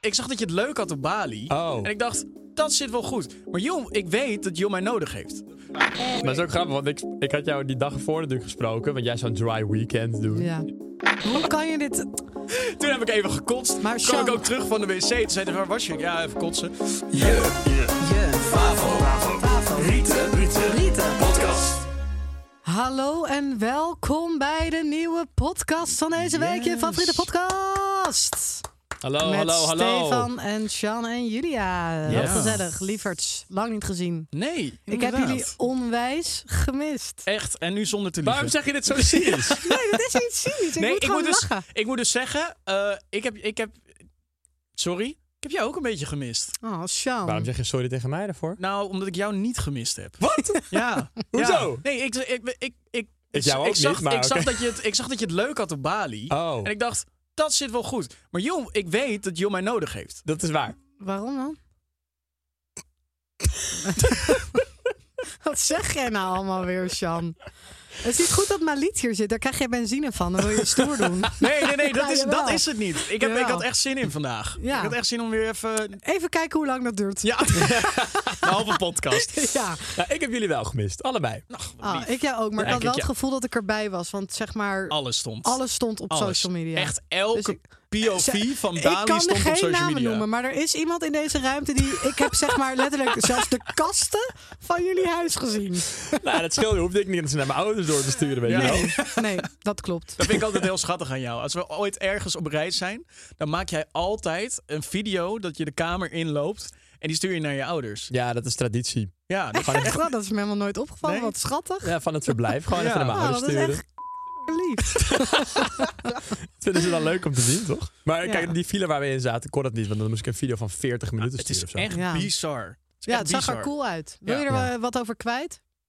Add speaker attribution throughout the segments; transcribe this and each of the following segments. Speaker 1: ik zag dat je het leuk had op Bali.
Speaker 2: Oh.
Speaker 1: En ik dacht, dat zit wel goed. Maar Jom, ik weet dat Jom mij nodig heeft.
Speaker 2: Maar dat is ook grappig, want ik, ik had jou die dag ervoor natuurlijk gesproken. Want jij zou een dry weekend doen.
Speaker 3: Ja. Hoe kan je dit...
Speaker 1: Toen heb ik even gekotst.
Speaker 3: Maar
Speaker 1: kwam ik
Speaker 3: Sjan-
Speaker 1: ook terug van de wc. Toen zei hij, waar was je? Ik, Ja, even kotsen.
Speaker 3: Je. Hallo en welkom bij de nieuwe podcast van deze week. Je
Speaker 1: Yes.
Speaker 3: favoriete podcast.
Speaker 2: Hallo,
Speaker 3: Met
Speaker 2: hallo, hallo.
Speaker 3: Stefan en Sjan en Julia.
Speaker 1: Ja.
Speaker 3: Wat gezellig. Lieverts, lang niet gezien.
Speaker 1: Nee,
Speaker 3: Ik heb
Speaker 1: inderdaad.
Speaker 3: jullie onwijs gemist.
Speaker 1: Echt, en nu zonder te
Speaker 2: Waarom
Speaker 1: liegen.
Speaker 2: zeg je dit zo serieus?
Speaker 3: Nee, dat is niet cynisch. Ik
Speaker 1: Nee,
Speaker 3: moet
Speaker 1: ik
Speaker 3: gewoon
Speaker 1: moet dus-
Speaker 3: lachen.
Speaker 1: Ik moet dus zeggen, eh, ik, heb, ik heb... Sorry? Ik heb jou ook een beetje gemist.
Speaker 3: Oh, Sjan.
Speaker 2: Waarom zeg je sorry tegen mij daarvoor?
Speaker 1: Nou, omdat ik jou niet gemist heb. Wat? Ja.
Speaker 2: Hoezo?
Speaker 1: Ja. Nee, ik... ik, ik, ik
Speaker 2: Ik jou ook
Speaker 1: zag,
Speaker 2: niet, maar
Speaker 1: ik, zag
Speaker 2: oké.
Speaker 1: dat je het, ik zag dat je het leuk had op Bali.
Speaker 2: Oh,
Speaker 1: En ik dacht, dat zit wel goed. Maar Jom, ik weet dat Jom mij nodig heeft.
Speaker 2: dat is waar.
Speaker 3: Waarom dan? Wat zeg jij nou allemaal weer, Sjan? Het is niet goed dat Malit hier zit. Daar krijg je benzine van. Dan wil je stoer doen.
Speaker 1: Nee, nee, nee, dat,
Speaker 3: Ja,
Speaker 1: is,
Speaker 3: jawel.
Speaker 1: dat is het niet. Ik, heb, ik
Speaker 3: Jawel.
Speaker 1: had echt zin in vandaag.
Speaker 3: Ja.
Speaker 1: Ik had echt zin om weer even...
Speaker 3: Even kijken hoe lang dat duurt.
Speaker 1: Ja, een halve podcast.
Speaker 3: Ja.
Speaker 2: Ja, Nou, ik heb jullie wel gemist, allebei.
Speaker 1: Ach, wat
Speaker 3: Ah,
Speaker 1: lief.
Speaker 3: ik jou ook. Maar
Speaker 2: Ja,
Speaker 3: ik had
Speaker 2: ik-
Speaker 3: wel het
Speaker 2: ja.
Speaker 3: gevoel dat ik erbij was. Want zeg maar,
Speaker 1: Alles stond.
Speaker 3: alles stond op
Speaker 1: Alles.
Speaker 3: social media.
Speaker 1: Echt elke
Speaker 3: Dus ik-
Speaker 1: POV van
Speaker 3: Ik
Speaker 1: Bali
Speaker 3: kan
Speaker 1: stond op
Speaker 3: geen
Speaker 1: social
Speaker 3: namen
Speaker 1: media.
Speaker 3: noemen, maar er is iemand in deze ruimte die... Ik heb zeg maar letterlijk zelfs de kasten van jullie huis gezien.
Speaker 1: Oh.
Speaker 2: nou, dat scheelde, hoefde ik niet eens naar mijn ouders door te sturen, weet je
Speaker 1: Ja.
Speaker 2: wel.
Speaker 3: Nee, nee dat klopt.
Speaker 1: Dat vind ik altijd heel schattig aan jou. Als we ooit ergens op reis zijn, dan maak jij altijd een video dat je de kamer inloopt. En die stuur je naar je ouders.
Speaker 2: Ja, dat is traditie.
Speaker 1: Ja, dat
Speaker 2: Gewoon even,
Speaker 3: Echt, wel, dat is me helemaal nooit opgevallen.
Speaker 1: Nee.
Speaker 3: Wat schattig.
Speaker 2: ja, van het verblijf, gewoon
Speaker 1: Ja.
Speaker 2: even naar mijn
Speaker 3: Ah,
Speaker 2: ouders
Speaker 3: dat is
Speaker 2: sturen.
Speaker 3: echt lief.
Speaker 2: Dat vinden ze dan leuk om te zien, toch? Maar
Speaker 3: Ja.
Speaker 2: kijk, die file waar we in zaten, kon dat niet. Want dan moest ik een video van 40 minuten
Speaker 1: het is
Speaker 2: sturen. of zo.
Speaker 1: echt
Speaker 3: Ja.
Speaker 1: bizar. Het is
Speaker 3: Ja,
Speaker 1: echt
Speaker 3: het zag er
Speaker 1: bizar.
Speaker 3: cool uit. Wil je er
Speaker 2: Ja.
Speaker 3: wel wat over kwijt?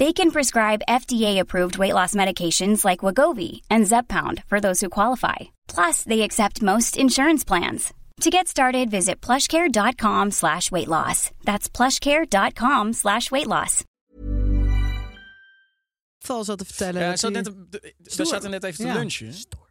Speaker 4: They can prescribe FDA-approved weight loss medications like Wagovi and Zepbound for those who qualify. Plus, they accept most insurance plans. To get started, visit plushcare.com slash weight loss. That's plushcare.com slash weight loss.
Speaker 3: val zat te vertellen.
Speaker 1: Ja,
Speaker 3: dat
Speaker 1: zat
Speaker 3: die-
Speaker 1: net, op- de- we
Speaker 3: Stoer.
Speaker 1: zaten net even te
Speaker 3: Ja.
Speaker 1: lunchen. Stoer?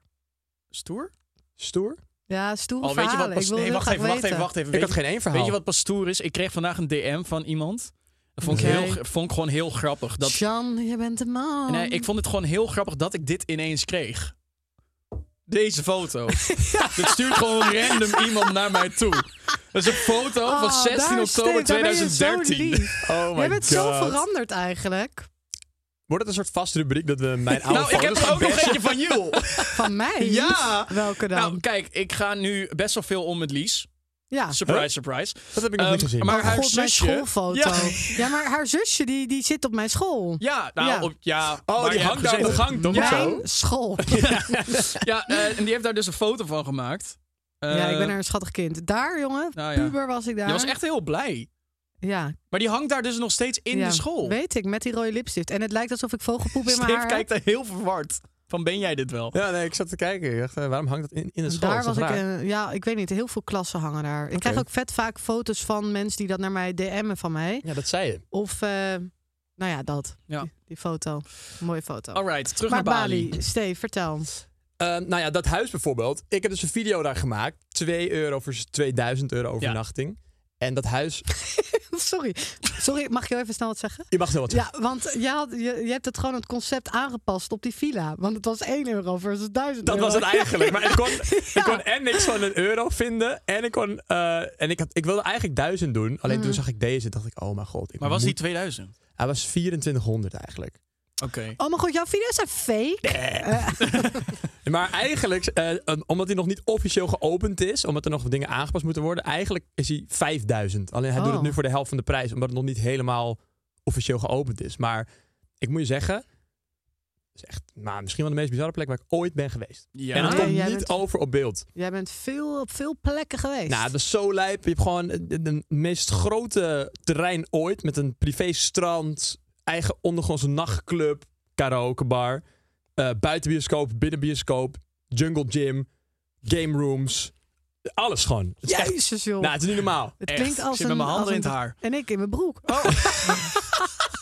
Speaker 1: Stoer?
Speaker 2: Stoer?
Speaker 3: Ja,
Speaker 1: Oh,
Speaker 3: stoere
Speaker 1: weet je wat
Speaker 3: verhalen.
Speaker 1: pas...
Speaker 3: Ik wil
Speaker 1: Nee,
Speaker 3: heel
Speaker 1: wacht
Speaker 3: graag
Speaker 1: even, wacht
Speaker 3: weten.
Speaker 1: even, wacht even.
Speaker 2: Ik
Speaker 1: Weet
Speaker 2: had
Speaker 1: je-
Speaker 2: geen één verhaal.
Speaker 1: Weet je wat pas stoer is? Ik kreeg vandaag een DM van iemand. Dat vond ik,
Speaker 3: Oké.
Speaker 1: heel, gr- vond ik gewoon heel grappig. Dat,
Speaker 3: Jan, je bent de man.
Speaker 1: nee, ik vond het gewoon heel grappig dat ik dit ineens kreeg. Deze foto. Dit stuurt gewoon random iemand naar mij toe. Dat is een foto van
Speaker 3: Oh,
Speaker 1: 16
Speaker 3: daar
Speaker 1: oktober
Speaker 3: steekt- daar ben je zo
Speaker 1: 2013.
Speaker 3: lief.
Speaker 2: Oh my
Speaker 3: Jij bent zo
Speaker 2: God.
Speaker 3: veranderd eigenlijk.
Speaker 2: Wordt het een soort vaste rubriek dat we mijn oude
Speaker 1: Nou, ik heb
Speaker 2: foto's
Speaker 1: er
Speaker 2: gaan
Speaker 1: ook nog
Speaker 2: bashen?
Speaker 1: eentje van Jules.
Speaker 3: Van mij?
Speaker 1: Ja.
Speaker 3: Welke dan?
Speaker 1: Nou, kijk, ik ga nu best wel veel om met Lies.
Speaker 3: ja.
Speaker 1: Surprise, surprise.
Speaker 2: Ah. Dat heb ik nog
Speaker 1: Ehm,
Speaker 2: niet gezien.
Speaker 1: maar-
Speaker 3: Oh
Speaker 1: haar
Speaker 3: God, mijn
Speaker 1: zusje-
Speaker 3: schoolfoto.
Speaker 1: Ja.
Speaker 3: Ja. maar haar zusje die, die zit op mijn school.
Speaker 1: Ja, nou, ja.
Speaker 3: Ja.
Speaker 1: Op, ja
Speaker 2: Oh,
Speaker 1: waar
Speaker 2: die
Speaker 1: je
Speaker 2: hangt
Speaker 1: hebt
Speaker 2: daar op de
Speaker 1: gezeten.
Speaker 2: gang, toch?
Speaker 3: Mijn
Speaker 2: Of zo?
Speaker 3: school.
Speaker 1: Ja, eh, en die heeft daar dus een foto van gemaakt. Eh,
Speaker 3: ja, ik ben er een schattig kind. Daar, jongen,
Speaker 1: nou ja.
Speaker 3: puber was ik daar.
Speaker 1: Je was echt heel blij.
Speaker 3: ja,
Speaker 1: Maar die hangt daar dus nog steeds in
Speaker 3: ja.
Speaker 1: de school.
Speaker 3: Weet ik, met die rode lipstift. En het lijkt alsof ik vogelpoep in mijn
Speaker 1: Steve
Speaker 3: haar
Speaker 1: kijkt
Speaker 3: heb.
Speaker 1: er heel verward. Van ben jij dit wel?
Speaker 2: Ja, nee, ik zat te kijken. Ik dacht, eh, waarom hangt dat in, in de school?
Speaker 3: Daar
Speaker 2: Is dat
Speaker 3: was ik,
Speaker 2: raar?
Speaker 3: eh, ja, ik weet niet, heel veel klassen hangen daar. Ik krijg ook vet vaak foto's van mensen die dat naar mij DM'en van mij.
Speaker 2: Ja, dat zei je.
Speaker 3: Of, eh, nou ja, dat.
Speaker 1: Ja.
Speaker 3: Die, die foto. Mooie foto.
Speaker 1: Alright, terug
Speaker 3: maar
Speaker 1: naar Bali.
Speaker 3: Bali, Steve, vertel.
Speaker 2: Eh, nou ja, dat huis bijvoorbeeld. Ik heb dus een video daar gemaakt. 2 euro versus 2000 euro overnachting. En dat huis...
Speaker 3: Sorry. Sorry, mag ik heel even snel wat zeggen?
Speaker 2: Je mag zo wat
Speaker 3: Ja, want je, had, je, je hebt het gewoon het concept aangepast op die villa. Want het was 1 euro versus 1000
Speaker 2: Dat
Speaker 3: euro.
Speaker 2: was het eigenlijk. Maar ik kon,
Speaker 3: Ja.
Speaker 2: ik kon en niks van een euro vinden. En ik, kon, eh, en ik, had, ik wilde eigenlijk duizend doen. Alleen
Speaker 3: Mm.
Speaker 2: toen zag ik deze. dacht ik, oh mijn god. Ik
Speaker 1: Maar was
Speaker 2: moet-
Speaker 1: die 2000?
Speaker 2: Hij was 2400 eigenlijk.
Speaker 1: Oké.
Speaker 3: Oh mijn god, jouw video's zijn fake.
Speaker 2: Maar eigenlijk, eh, een- omdat hij nog niet officieel geopend is. Omdat er nog dingen aangepast moeten worden. Eigenlijk is hij 5000. Alleen hij doet
Speaker 3: Oh.
Speaker 2: het nu voor de helft van de prijs. Omdat het nog niet helemaal officieel geopend is. Maar ik moet je zeggen. Het is echt nou, misschien wel de meest bizarre plek waar ik ooit ben geweest.
Speaker 1: Ja.
Speaker 2: En het
Speaker 3: Ah,
Speaker 2: komt
Speaker 3: jij
Speaker 2: niet
Speaker 3: bent-
Speaker 2: over op beeld.
Speaker 3: Jij bent veel, op veel plekken geweest.
Speaker 2: Nou, dat is zo lijp. Je hebt gewoon het het meest grote terrein ooit. Met een privéstrand, eigen ondergrondse nachtclub, karaokebar, eh buitenbioscoop, binnenbioscoop, jungle gym, game rooms. Alles gewoon. Het is, echt,
Speaker 3: Jezus, joh.
Speaker 2: nou, het is niet normaal.
Speaker 3: het
Speaker 1: echt.
Speaker 3: klinkt als
Speaker 1: Ik zit
Speaker 3: een...
Speaker 1: met mijn handen
Speaker 3: als
Speaker 1: in
Speaker 3: een-
Speaker 1: het haar.
Speaker 3: En ik in mijn broek.
Speaker 1: Oh,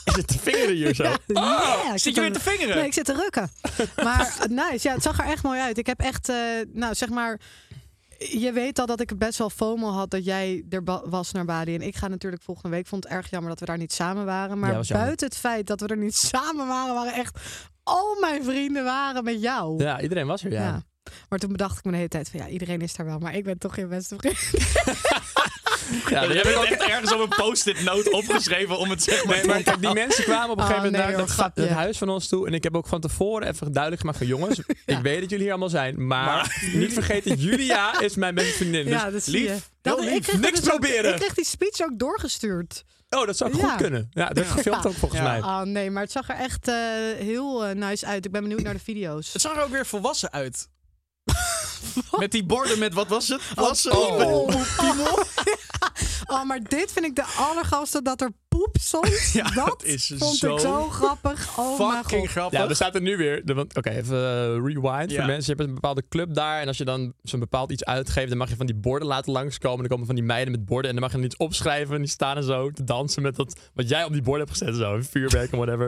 Speaker 2: Is het te vingeren hier zo?
Speaker 3: Ja, ik
Speaker 1: zit je weer te vingeren?
Speaker 3: Nee, ik zit te rukken. Maar eh, nice, ja, het zag er echt mooi uit. Ik heb echt, eh, nou zeg maar... Je weet al dat ik best wel FOMO had dat jij er ba- was naar Bali. En ik ga natuurlijk volgende week. Ik vond het erg jammer dat we daar niet samen waren. Maar
Speaker 2: Ja, was jammer.
Speaker 3: buiten het feit dat we er niet samen waren, waren echt al mijn vrienden waren met jou.
Speaker 2: Ja, iedereen was er, ja.
Speaker 3: Ja. Maar toen bedacht ik me de hele tijd van ja, iedereen is daar wel. Maar ik ben toch geen beste vriend.
Speaker 2: Ja,
Speaker 1: Je
Speaker 2: dat
Speaker 1: hebt
Speaker 2: heb ik
Speaker 1: het
Speaker 2: ook-
Speaker 1: echt ergens op een post-it note opgeschreven om het zeg maar...
Speaker 2: Nee, maar kijk, die mensen kwamen op een
Speaker 3: Oh,
Speaker 2: gegeven moment
Speaker 3: nee,
Speaker 2: naar
Speaker 3: hoor,
Speaker 2: dat, dat
Speaker 3: grapje.
Speaker 2: huis van ons toe. En ik heb ook van tevoren even duidelijk gemaakt van... jongens, ik weet dat jullie hier allemaal zijn. Maar, niet vergeten, Julia is mijn beste vriendin. Dus-
Speaker 3: ja, dat zie
Speaker 1: lief.
Speaker 3: je.
Speaker 1: Heel
Speaker 3: ik
Speaker 1: lief.
Speaker 3: kreeg dat
Speaker 2: Niks
Speaker 3: dus ook-
Speaker 2: proberen.
Speaker 3: ik kreeg die speech ook doorgestuurd.
Speaker 2: Oh, dat zou
Speaker 3: Ja.
Speaker 2: goed kunnen. Ja, dat gefilmd ook volgens
Speaker 1: Ja.
Speaker 2: mij.
Speaker 3: Oh nee, maar het zag er echt eh, heel eh, nice uit. Ik ben benieuwd naar de video's.
Speaker 1: Het zag er ook weer volwassen uit. met die borden met, wat Oh, was
Speaker 2: Oh,
Speaker 1: het? Plassen?
Speaker 3: piemel. Oh, maar dit vind ik de allergaafste dat er poep stond.
Speaker 1: Ja,
Speaker 3: dat,
Speaker 1: dat is
Speaker 3: vond
Speaker 1: zo
Speaker 3: ik zo grappig. Oh mijn god.
Speaker 1: Fucking grappig.
Speaker 2: Ja, er staat er nu weer. de- want- Oké, even eh, rewind.
Speaker 1: Ja.
Speaker 2: Voor mensen, je hebt een bepaalde club daar. En als je dan zo'n bepaald iets uitgeeft, dan mag je van die borden laten langskomen. Dan komen van die meiden met borden. En dan mag je dan iets opschrijven. En die staan en zo te dansen met dat wat jij op die borden hebt gezet. Zo, vuurwerk en whatever.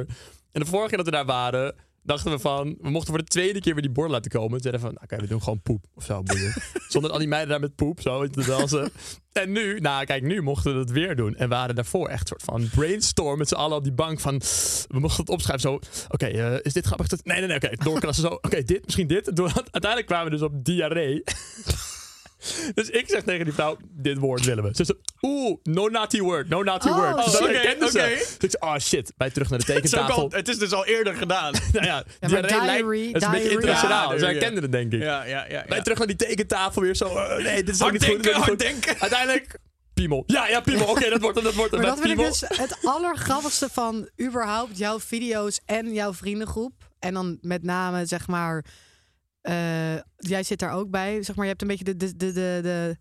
Speaker 2: En de vorige keer dat we daar waren, dachten we van... We mochten voor de tweede keer weer die borden laten komen. Toen zeiden we van, nou, oké, we doen gewoon poep of zo. boeien. Zonder al die meiden daar met poep, zo, weet je, te dansen. En nu, nou kijk, nu mochten we dat weer doen. En we waren daarvoor echt soort van brainstorm met z'n allen op die bank van... We mochten het opschrijven zo. Oké, eh, is dit grappig? Nee, nee, nee, oké. doorkrassen zo. Oké, dit, misschien dit. En toen- Uiteindelijk kwamen we dus op diarree. Dus ik zeg tegen die vrouw, dit woord willen we. Ze zegt, oeh, no naughty word, no naughty
Speaker 3: Oh,
Speaker 2: word. Dus dat
Speaker 1: shit.
Speaker 2: herkende ze.
Speaker 1: Oké, oké.
Speaker 2: Dus ik zeg, oh shit, wij terug naar de
Speaker 1: het, is ook
Speaker 2: tekentafel.
Speaker 1: al- het is dus al eerder gedaan.
Speaker 2: Nou ja,
Speaker 3: maar
Speaker 2: diarree lijkt-
Speaker 3: diary-
Speaker 2: het is een beetje
Speaker 3: diarree.
Speaker 2: internationaal.
Speaker 1: Ja,
Speaker 2: Zij
Speaker 1: diarree.
Speaker 2: kenden het, denk ik.
Speaker 1: Ja, ja, ja.
Speaker 2: Wij
Speaker 1: ja.
Speaker 2: terug naar die tekentafel weer zo. eh, nee, dit is ook
Speaker 1: Hard
Speaker 2: niet goed. dit is
Speaker 1: denken,
Speaker 2: ook niet
Speaker 1: hard
Speaker 2: goed.
Speaker 1: denken.
Speaker 2: Uiteindelijk, piemel. Ja, ja, piemel. Oké, dat wordt hem, dat wordt hem.
Speaker 3: Maar dat vind ik
Speaker 2: piemel.
Speaker 3: dus het allergrappigste van überhaupt jouw video's en jouw vriendengroep. En dan met name, zeg maar, eh, jij zit daar ook bij. Zeg maar, je hebt een beetje de, de, de, de, de,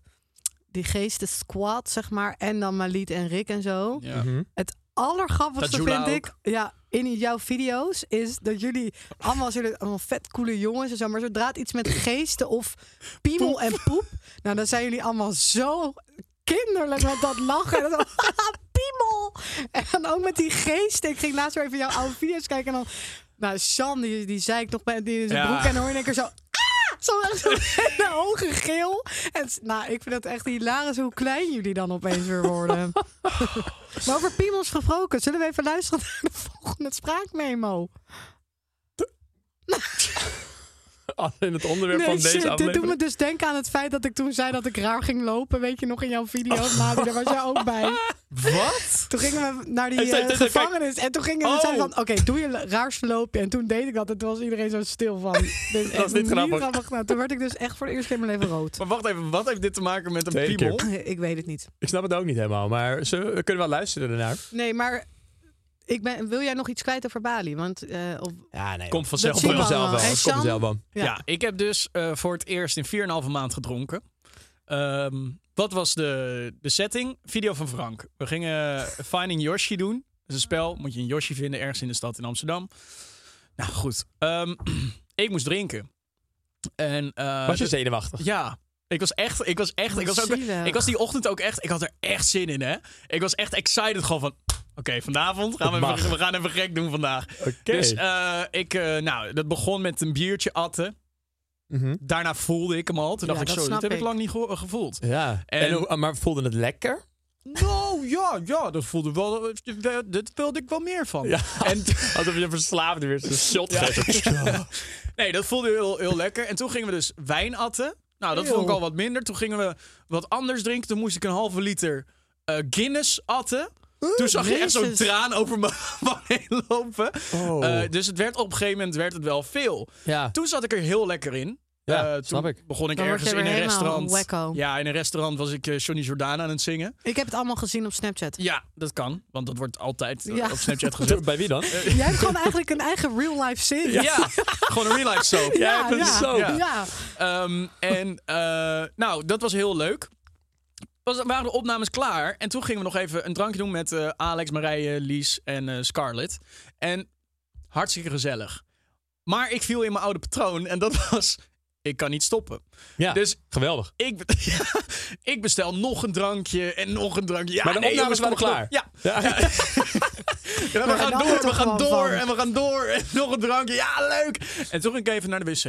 Speaker 3: die geesten squad, zeg maar. En dan Malit en Rick en zo.
Speaker 1: Ja.
Speaker 2: Mhm.
Speaker 3: Het allergrappigste
Speaker 1: Dat Jula
Speaker 3: vind ik ja, in jouw video's is dat jullie allemaal zullen allemaal vet coole jongens en zo, maar zodra het iets met geesten of piemel en poep, nou dan zijn jullie allemaal zo kinderlijk met dat lachen. En dan, haha, piemel! En dan ook met die geesten. Ik ging laatst weer even jouw oude video's kijken en dan, nou, Sjan, die, die zei ik nog bij die in zijn
Speaker 1: Ja.
Speaker 3: broek en dan hoor je in één keer zo. "Ah!" Zo echt zo'n hele hoge geel. En, s- nou, ik vind het echt hilarisch hoe klein jullie dan opeens weer worden. Maar over piemels gesproken, zullen we even luisteren naar de volgende spraakmemo?
Speaker 2: Ah, in het onderwerp
Speaker 3: Nee,
Speaker 2: van deze
Speaker 3: shit, dit
Speaker 2: aflevering.
Speaker 3: doet me dus denken aan het feit dat ik toen zei dat ik raar ging lopen. Weet je nog in jouw video, Madi, daar was jij ook bij.
Speaker 1: Wat?
Speaker 3: Toen gingen we naar die
Speaker 2: En zei-
Speaker 3: eh,
Speaker 2: zei- zei-
Speaker 3: gevangenis en toen gingen we
Speaker 1: Oh.
Speaker 3: zeiden van, oké, doe je raars loopje. En toen deed ik dat en toen was iedereen zo stil van. Dus
Speaker 2: Dat is niet grappig.
Speaker 3: Nou, toen werd ik dus echt voor de eerste keer in mijn leven rood.
Speaker 1: Maar wacht even, wat heeft dit te maken met een
Speaker 2: Twee
Speaker 1: piemel?
Speaker 2: keer.
Speaker 3: Ik weet het niet.
Speaker 2: Ik snap het ook niet helemaal, maar ze, we kunnen wel luisteren ernaar.
Speaker 3: Nee, maar ik ben, wil jij nog iets kwijt over Bali? Want, eh, of,
Speaker 2: Ja, nee.
Speaker 1: Komt vanzelf
Speaker 3: Dat zien
Speaker 1: wel.
Speaker 3: we
Speaker 2: vanzelf wel.
Speaker 3: allemaal. Hey,
Speaker 2: Komt
Speaker 3: Sam?
Speaker 2: vanzelf wel.
Speaker 1: Ja. ik heb dus eh, voor het eerst in 4,5 maand gedronken. Ehm, wat was de, de setting? Video van Frank. We gingen eh, Finding Yoshi doen. Dat is een spel, moet je een Yoshi vinden ergens in de stad in Amsterdam. Nou goed, Ehm, ik moest drinken. En, eh,
Speaker 2: Was je
Speaker 1: dus-
Speaker 2: zenuwachtig?
Speaker 1: Ja. Ik was echt, ik was echt, ik was, ook,
Speaker 3: Zielig.
Speaker 1: ik was die ochtend ook echt, ik had er echt zin in, hè. Ik was echt excited gewoon van, oké, vanavond gaan we,
Speaker 2: Het
Speaker 1: even,
Speaker 2: mag.
Speaker 1: we gaan even gek doen vandaag.
Speaker 2: Oké.
Speaker 1: Dus eh, ik, eh, nou, dat begon met een biertje atten.
Speaker 2: Mhm.
Speaker 1: Daarna voelde ik hem al. Toen
Speaker 3: Ja,
Speaker 1: dacht ik,
Speaker 3: dat
Speaker 1: zo, dit
Speaker 3: snap
Speaker 1: heb ik
Speaker 3: ik.
Speaker 1: lang niet geho- gevoeld.
Speaker 2: Ja. En,
Speaker 1: En-
Speaker 2: hoe- maar voelde het lekker?
Speaker 1: Nou ja, ja, dat voelde wel. eh, Dit wilde ik wel meer van.
Speaker 2: Ja.
Speaker 1: En
Speaker 2: Alsof je verslaafde weer zo'n shot geeft.
Speaker 1: nee, dat voelde heel, heel lekker. En toen gingen we dus wijn atten. Nou, dat vond ik al wat minder. Toen gingen we wat anders drinken. Toen moest ik een halve liter eh, Guinness atten. Toen zag je echt zo'n
Speaker 3: Jezus.
Speaker 1: traan over mijn wang heen lopen. Eh, dus het werd op een gegeven moment werd het wel veel.
Speaker 2: Ja.
Speaker 1: Toen zat ik er heel lekker in.
Speaker 2: Ja,
Speaker 1: Eh,
Speaker 2: snap
Speaker 1: toen
Speaker 2: ik.
Speaker 1: begon ik
Speaker 3: Dan word
Speaker 1: ergens
Speaker 3: je
Speaker 1: in
Speaker 3: weer
Speaker 1: een
Speaker 3: helemaal
Speaker 1: restaurant.
Speaker 3: wacko.
Speaker 1: Ja, in een restaurant was ik eh, Johnny Jordaan aan het zingen.
Speaker 3: Ik heb het allemaal gezien op Snapchat.
Speaker 1: Ja, dat kan. Want dat wordt altijd eh,
Speaker 3: Ja.
Speaker 1: op Snapchat gezet.
Speaker 2: Bij wie dan?
Speaker 3: Jij hebt gewoon eigenlijk een eigen real life serie.
Speaker 1: Ja, gewoon een real life soap.
Speaker 2: Jij hebt een
Speaker 3: ja,
Speaker 2: soap.
Speaker 3: ja.
Speaker 1: Ehm, en eh, nou, dat was heel leuk. Was, waren de opnames klaar. En toen gingen we nog even een drankje doen met eh, Alex, Marije, Lies en eh, Scarlett. En hartstikke gezellig. Maar ik viel in mijn oude patroon. En dat was, ik kan niet stoppen.
Speaker 2: Ja,
Speaker 1: Dus-
Speaker 2: geweldig.
Speaker 1: Ik, be- ik bestel nog een drankje en nog een drankje. Ja,
Speaker 2: Maar de
Speaker 1: nee,
Speaker 2: opnames
Speaker 1: jongens,
Speaker 2: waren
Speaker 1: kom op.
Speaker 2: klaar.
Speaker 1: Ja. Ja, we
Speaker 3: Maar
Speaker 1: gaan
Speaker 3: dan
Speaker 1: door,
Speaker 3: wordt
Speaker 1: we
Speaker 3: er
Speaker 1: gaan
Speaker 3: gewoon
Speaker 1: door
Speaker 3: van.
Speaker 1: en we gaan door. En nog een drankje. Ja, leuk. En toen ging ik even naar de wc.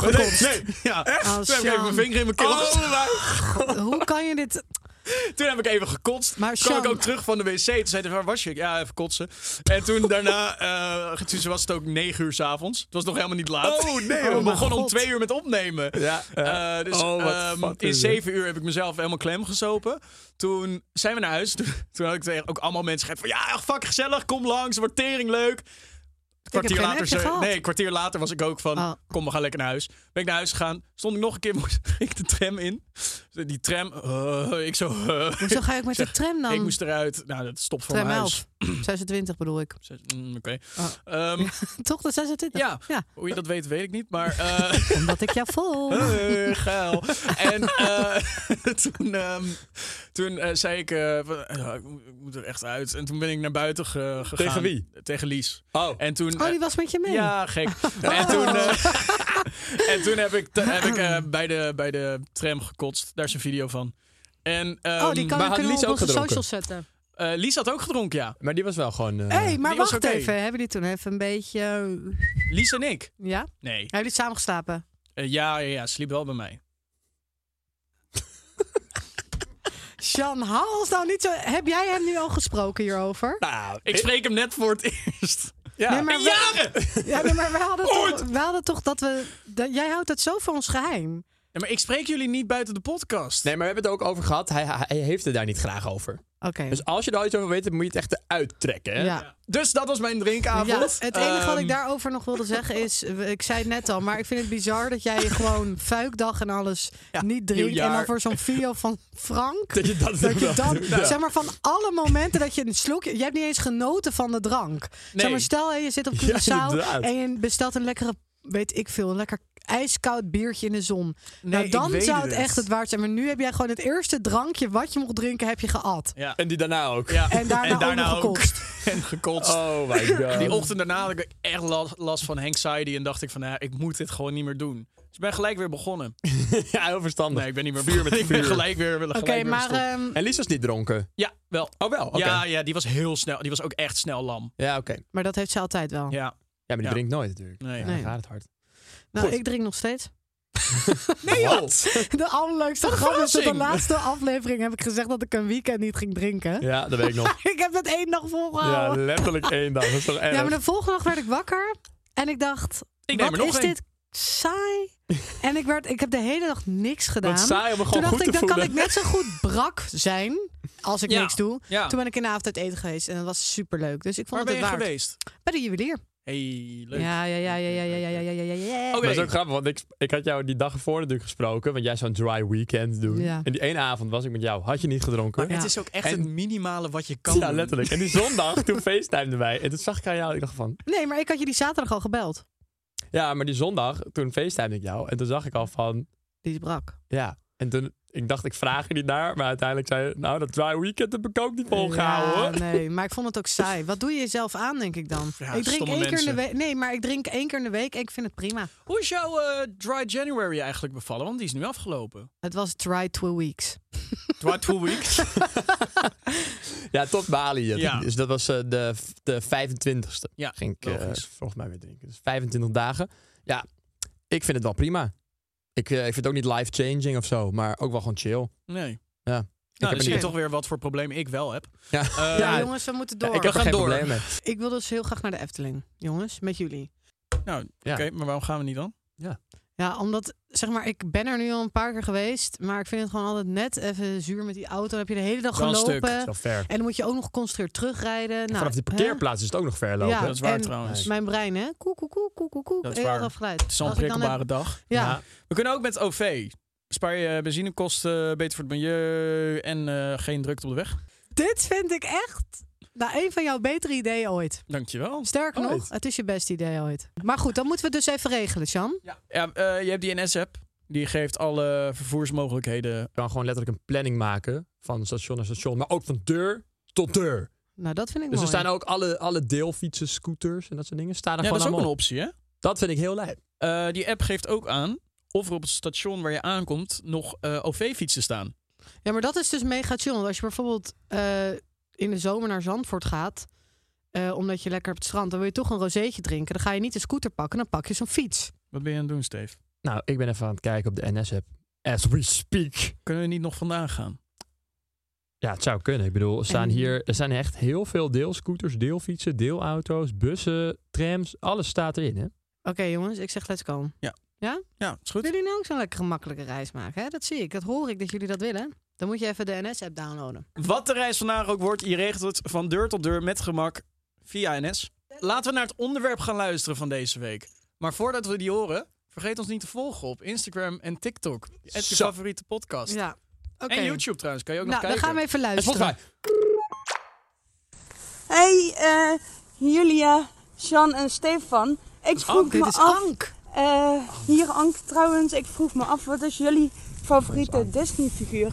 Speaker 1: Maar nee, nee, ja.
Speaker 3: Oh,
Speaker 1: toen heb ik even mijn
Speaker 3: Sjan.
Speaker 1: vinger in mijn
Speaker 2: Oh.
Speaker 1: keel gestoken.
Speaker 3: Hoe kan je dit...
Speaker 1: Toen heb ik even gekotst.
Speaker 3: Maar
Speaker 1: toen kwam ik
Speaker 3: Sjan-
Speaker 1: ook terug van de wc. Toen zei hij, waar was je? Ik, Ja, even kotsen. En toen daarna, eh toen was het ook negen uur s'avonds. Het was nog helemaal niet laat.
Speaker 2: Oh, nee,
Speaker 1: we
Speaker 2: oh, mijn
Speaker 1: begonnen om
Speaker 3: God.
Speaker 1: twee uur met opnemen.
Speaker 2: Ja, ja.
Speaker 1: Eh, dus
Speaker 2: Oh, wat
Speaker 1: ehm,
Speaker 2: fuck
Speaker 1: in
Speaker 2: is dit?
Speaker 1: zeven uur heb ik mezelf helemaal klem gesopen. Toen zijn we naar huis. Toen, toen had ik tegen ook allemaal mensen gezegd van... Ja, fuck, gezellig, kom langs, wordt tering leuk. Kwartier
Speaker 3: geen
Speaker 1: later,
Speaker 3: appje
Speaker 1: ze-
Speaker 3: gehad.
Speaker 1: nee, een kwartier later was ik ook van,
Speaker 3: Oh.
Speaker 1: kom, we gaan lekker naar huis. Ben ik naar huis gegaan, stond ik nog een keer, moest ik de tram in. Die tram, eh, ik zo... eh,
Speaker 3: Hoezo ga je ook met de
Speaker 1: Zeg,
Speaker 3: tram dan?
Speaker 1: ik moest eruit. Nou, dat stopt voor
Speaker 3: tram
Speaker 1: mijn
Speaker 3: 11.
Speaker 1: huis.
Speaker 3: 26 bedoel ik.
Speaker 1: Zes- mm, Oké.
Speaker 3: Oh.
Speaker 1: Ehm,
Speaker 3: Toch de 26?
Speaker 1: ja,
Speaker 3: Ja,
Speaker 1: hoe je dat weet, weet ik niet. Maar eh
Speaker 3: omdat ik jou volg.
Speaker 1: eh, geil. En eh, toen, ehm, toen eh, zei ik, eh, van, "Ja, ik moet- ik moet er echt uit. En toen ben ik naar buiten ge- gegaan.
Speaker 2: Tegen wie?
Speaker 1: Tegen Lies.
Speaker 2: Oh.
Speaker 1: En toen,
Speaker 3: Oh,
Speaker 1: eh,
Speaker 3: die was met je mee?
Speaker 1: Ja, gek. En
Speaker 3: Oh.
Speaker 1: toen, eh, en toen heb ik, heb ik eh, bij, de, bij de tram gekotst. Daar is een video van. En
Speaker 3: Oh, die
Speaker 1: ehm,
Speaker 3: kan,
Speaker 2: maar had
Speaker 3: kunnen
Speaker 2: Lies
Speaker 3: we op
Speaker 2: ook
Speaker 3: onze
Speaker 2: gedronken?
Speaker 3: socials zetten.
Speaker 1: eh, Lies had ook gedronken, ja.
Speaker 2: Maar die was wel gewoon... eh,
Speaker 3: Hé, hey, maar
Speaker 1: die was
Speaker 3: wacht
Speaker 1: oké.
Speaker 3: even. Hebben die toen even een beetje... eh,
Speaker 1: Lies en ik.
Speaker 3: Ja? Hebben
Speaker 1: Nee.
Speaker 3: jullie samen geslapen?
Speaker 1: Eh, ja, ja, ja, sliep wel bij mij.
Speaker 3: Sjan, haal ons nou niet zo... Heb jij hem nu al gesproken hierover?
Speaker 2: Nou,
Speaker 1: Ik spreek hem net voor het eerst.
Speaker 2: ja.
Speaker 3: Nee, maar
Speaker 1: In
Speaker 3: we-
Speaker 1: jaren!
Speaker 3: Ja, nee, maar we hadden, toch,
Speaker 1: Ooit!
Speaker 3: we hadden toch dat we... dat- jij houdt het zo voor ons geheim.
Speaker 1: Ja, maar ik spreek jullie niet buiten de podcast.
Speaker 2: Nee, maar we hebben het ook over gehad. Hij, hij heeft het daar niet graag over.
Speaker 3: Oké.
Speaker 2: Dus als je er al iets over weet, dan moet je het echt eruit trekken. Hè?
Speaker 3: Ja.
Speaker 1: Dus dat was mijn
Speaker 3: Ja,
Speaker 1: drinkavond.
Speaker 3: het enige wat
Speaker 1: Ehm,
Speaker 3: ik daarover nog wilde zeggen is, we- ik zei het net al, maar ik vind het bizar dat jij gewoon vuikdag en alles niet drinkt. En
Speaker 1: nieuwjaar.
Speaker 3: dan voor zo'n video van Frank,
Speaker 2: Dat je dat,
Speaker 3: dat je dan,
Speaker 2: Ja.
Speaker 3: zeg maar van alle momenten dat je een slokje, je hebt niet eens genoten van de drank. Zeg maar, stel hè, je zit op
Speaker 2: Ja,
Speaker 3: Curaçao
Speaker 2: inderdaad.
Speaker 3: en je bestelt een lekkere, weet ik veel, een lekker ijskoud biertje in de zon.
Speaker 1: ik
Speaker 3: nou, dan
Speaker 1: weet
Speaker 3: zou
Speaker 1: het.
Speaker 3: het echt het waard zijn. Maar nu heb jij gewoon het eerste drankje wat je mocht drinken, heb je geat.
Speaker 1: Ja.
Speaker 2: En die daarna ook.
Speaker 1: Ja.
Speaker 3: En daarna ook nog
Speaker 1: ook.
Speaker 3: gekotst.
Speaker 1: en gekotst.
Speaker 2: Oh my god.
Speaker 1: Die ochtend daarna had ik echt last, last van anxiety. En dacht ik van, nou ja, ik moet dit gewoon niet meer doen. Dus ik ben gelijk weer begonnen.
Speaker 2: ja, heel verstandig.
Speaker 1: Nee, ik ben niet meer
Speaker 2: Vuur met
Speaker 1: begonnen. Ik ben
Speaker 2: vuur.
Speaker 1: gelijk weer willen
Speaker 3: Oké, maar ehm,
Speaker 2: En Lies was niet dronken.
Speaker 1: Ja, wel.
Speaker 2: Oh, wel? Oké.
Speaker 1: Ja,
Speaker 2: Ja,
Speaker 1: ja, die was heel snel. Die was ook echt snel lam.
Speaker 2: oké.
Speaker 3: maar dat heeft ze altijd wel.
Speaker 1: Ja.
Speaker 2: Ja, maar die
Speaker 1: Ja.
Speaker 2: drinkt nooit natuurlijk.
Speaker 1: Nee.
Speaker 2: Ja,
Speaker 1: Nee.
Speaker 2: dan gaat het hard.
Speaker 3: Nou,
Speaker 1: Goed.
Speaker 3: ik drink nog steeds.
Speaker 2: Nee,
Speaker 3: De allerleukste grap is dat de
Speaker 1: verrassing.
Speaker 3: laatste aflevering heb ik gezegd dat ik een weekend niet ging drinken.
Speaker 2: Ja, dat weet ik nog.
Speaker 3: Ik heb dat één dag
Speaker 2: Ja,
Speaker 3: volgehouden.
Speaker 2: letterlijk één dag. Dat is toch
Speaker 3: Oh. Ja,
Speaker 2: erg?
Speaker 3: maar de volgende dag werd ik wakker en ik dacht,
Speaker 1: Ik neem
Speaker 3: wat
Speaker 1: er nog
Speaker 3: is
Speaker 1: een.
Speaker 3: dit saai? En ik, werd, ik heb de hele dag niks gedaan.
Speaker 2: Wat saai om me
Speaker 3: Toen
Speaker 2: gewoon
Speaker 3: dacht
Speaker 2: goed
Speaker 3: ik,
Speaker 2: te
Speaker 3: dan kan
Speaker 2: voelen.
Speaker 3: ik net zo goed brak zijn als ik
Speaker 1: Ja.
Speaker 3: niks doe.
Speaker 1: Ja.
Speaker 3: Toen ben ik in de avond uit eten geweest en dat was superleuk. Dus ik vond
Speaker 1: Waar
Speaker 3: het
Speaker 1: ben
Speaker 3: het
Speaker 1: je
Speaker 3: waard.
Speaker 1: geweest?
Speaker 3: Bij de juwelier.
Speaker 1: hey, leuk. Oh.
Speaker 3: Ja, ja, ja, ja, ja, ja, ja, ja, ja, ja, ja.
Speaker 1: Oké.
Speaker 2: Maar dat is ook grappig, want ik, ik had jou die dag ervoor natuurlijk gesproken. Want jij zou een dry weekend doen.
Speaker 3: Ja.
Speaker 2: En die ene avond was ik met jou. Had je niet gedronken?
Speaker 1: Maar het
Speaker 3: Ja.
Speaker 1: is ook echt
Speaker 2: En-
Speaker 1: het minimale wat je kan
Speaker 2: ja,
Speaker 1: doen.
Speaker 2: letterlijk. En die zondag, toen facetimeden wij. En toen zag ik aan jou, ik dacht van...
Speaker 3: Nee, maar ik had je die zaterdag al gebeld.
Speaker 2: Ja, maar die zondag, toen facetimede ik jou. En toen zag ik al van...
Speaker 3: Die is brak.
Speaker 2: Ja, en toen... Ik dacht, ik vraag er niet naar. Maar uiteindelijk zei je... Nou, dat dry weekend heb ik ook niet volgehouden.
Speaker 3: Ja,
Speaker 2: hoor.
Speaker 3: nee, maar ik vond het ook saai. Wat doe je jezelf aan, denk ik dan?
Speaker 1: Ja,
Speaker 3: ik drink
Speaker 1: stomme
Speaker 3: één keer in de
Speaker 1: mensen.
Speaker 3: week. Nee, maar ik drink één keer in de week en ik vind het prima.
Speaker 1: Hoe is jouw eh, Dry January eigenlijk bevallen? Want die is nu afgelopen.
Speaker 3: Het was dry two weeks.
Speaker 1: Dry two weeks.
Speaker 2: Ja, tot Bali.
Speaker 1: Ja.
Speaker 2: Dus dat was eh, de, de 25ste.
Speaker 1: Ja,
Speaker 2: ging ik eh,
Speaker 1: logisch.
Speaker 2: volgens mij weer drinken. Dus 25 dagen. Ja, ik vind het wel prima. Ik, eh, ik vind het ook niet life-changing of zo, maar ook wel gewoon chill.
Speaker 1: Nee.
Speaker 2: Ja.
Speaker 1: Nou, dan
Speaker 2: er
Speaker 1: zie je
Speaker 2: niet-
Speaker 1: toch weer wat voor problemen ik wel heb.
Speaker 2: Ja.
Speaker 1: Eh,
Speaker 3: ja, jongens, we moeten door.
Speaker 2: ik
Speaker 1: We
Speaker 2: heb er
Speaker 1: gaan
Speaker 2: geen
Speaker 1: door.
Speaker 2: probleem mee.
Speaker 3: Ik wil dus heel graag naar de Efteling, jongens, met jullie.
Speaker 1: Nou, oké,
Speaker 2: Ja.
Speaker 1: maar waarom gaan we niet dan?
Speaker 3: Ja, omdat, zeg maar, ik ben er nu al een paar keer geweest, maar ik vind het gewoon altijd net even zuur met die auto. Dan heb je de hele dag
Speaker 1: Wel een stuk.
Speaker 3: gelopen.
Speaker 2: Is wel ver.
Speaker 3: En dan moet je ook nog geconcentreerd terugrijden. Nou,
Speaker 2: Vanaf die
Speaker 3: hè?
Speaker 2: parkeerplaats is het ook nog ver lopen.
Speaker 3: Ja,
Speaker 1: dat is waar
Speaker 3: en-
Speaker 1: trouwens.
Speaker 3: Mijn brein, hè? Koek, koek, koek, koek, koek, koek.
Speaker 1: Dat is
Speaker 3: Heel
Speaker 1: waar.
Speaker 3: afgeleid.
Speaker 1: Het is al een
Speaker 3: Als ik dan
Speaker 1: prikkelbare
Speaker 3: heb-
Speaker 1: dag.
Speaker 3: Ja,
Speaker 1: We kunnen ook met OV. Spaar je benzinekosten, beter voor het milieu en eh, geen drukte op de weg.
Speaker 3: dit vind ik echt... Nou, een van jouw betere ideeën ooit.
Speaker 1: Dankjewel.
Speaker 3: Sterker
Speaker 2: Ooit.
Speaker 3: nog, het is je beste idee ooit. Maar goed, dan moeten we het dus even regelen, Jan.
Speaker 1: Ja, eh, je hebt die NS-app. Die geeft alle vervoersmogelijkheden.
Speaker 2: Je kan gewoon letterlijk een planning maken van station naar station, maar ook van deur tot deur.
Speaker 3: Nou, dat vind ik
Speaker 2: Dus er
Speaker 3: mooi.
Speaker 2: staan ook alle, alle deelfietsen, scooters en dat soort dingen. Staan er
Speaker 1: Ja, dat
Speaker 2: gewoon
Speaker 1: is ook een
Speaker 2: allemaal
Speaker 1: optie, hè?
Speaker 2: op. Dat vind ik heel lijp.
Speaker 1: Eh, die app geeft ook aan of er op het station waar je aankomt nog eh, OV-fietsen staan.
Speaker 3: Ja, maar dat is dus mega chill. Want als je bijvoorbeeld eh, in de zomer naar Zandvoort gaat... eh, omdat je lekker op het strand... dan wil je toch een rozeetje drinken. Dan ga je niet de scooter pakken, dan pak je zo'n fiets.
Speaker 1: Wat ben je aan het doen, Steve?
Speaker 2: Nou, ik ben even aan het kijken op de NS-app. As we speak.
Speaker 1: Kunnen we niet nog vandaan gaan?
Speaker 2: Ja, het zou kunnen. Ik bedoel, er, staan
Speaker 3: En-
Speaker 2: hier, er zijn echt heel veel deelscooters, deelfietsen, deelauto's, bussen, trams. Alles staat erin, hè?
Speaker 3: Oké, jongens, ik zeg let's go.
Speaker 1: Ja, is goed.
Speaker 3: Willen jullie nou ook zo'n lekker gemakkelijke reis maken? Hè? Dat zie ik, dat hoor ik dat jullie dat willen. Dan moet je even de NS-app downloaden.
Speaker 1: Wat de reis vandaag ook wordt, je regelt het van deur tot deur met gemak via NS. Laten we naar het onderwerp gaan luisteren van deze week. Maar voordat we die horen, vergeet ons niet te volgen op Instagram en TikTok. Het je
Speaker 2: Zo.
Speaker 1: favoriete podcast.
Speaker 3: Ja, oké.
Speaker 1: En YouTube trouwens, kan je ook
Speaker 3: Nou,
Speaker 1: nog
Speaker 3: dan
Speaker 1: kijken.
Speaker 3: gaan we even
Speaker 2: En
Speaker 3: luisteren.
Speaker 2: Spotify.
Speaker 5: Hey, eh, Julia, Jean en Stefan. Ik vroeg
Speaker 3: Ank,
Speaker 5: me
Speaker 3: Oh, dit is
Speaker 5: af.
Speaker 3: Ank.
Speaker 5: eh, hier Ank trouwens. Ik vroeg me af, wat is jullie favoriete Disney-figuur?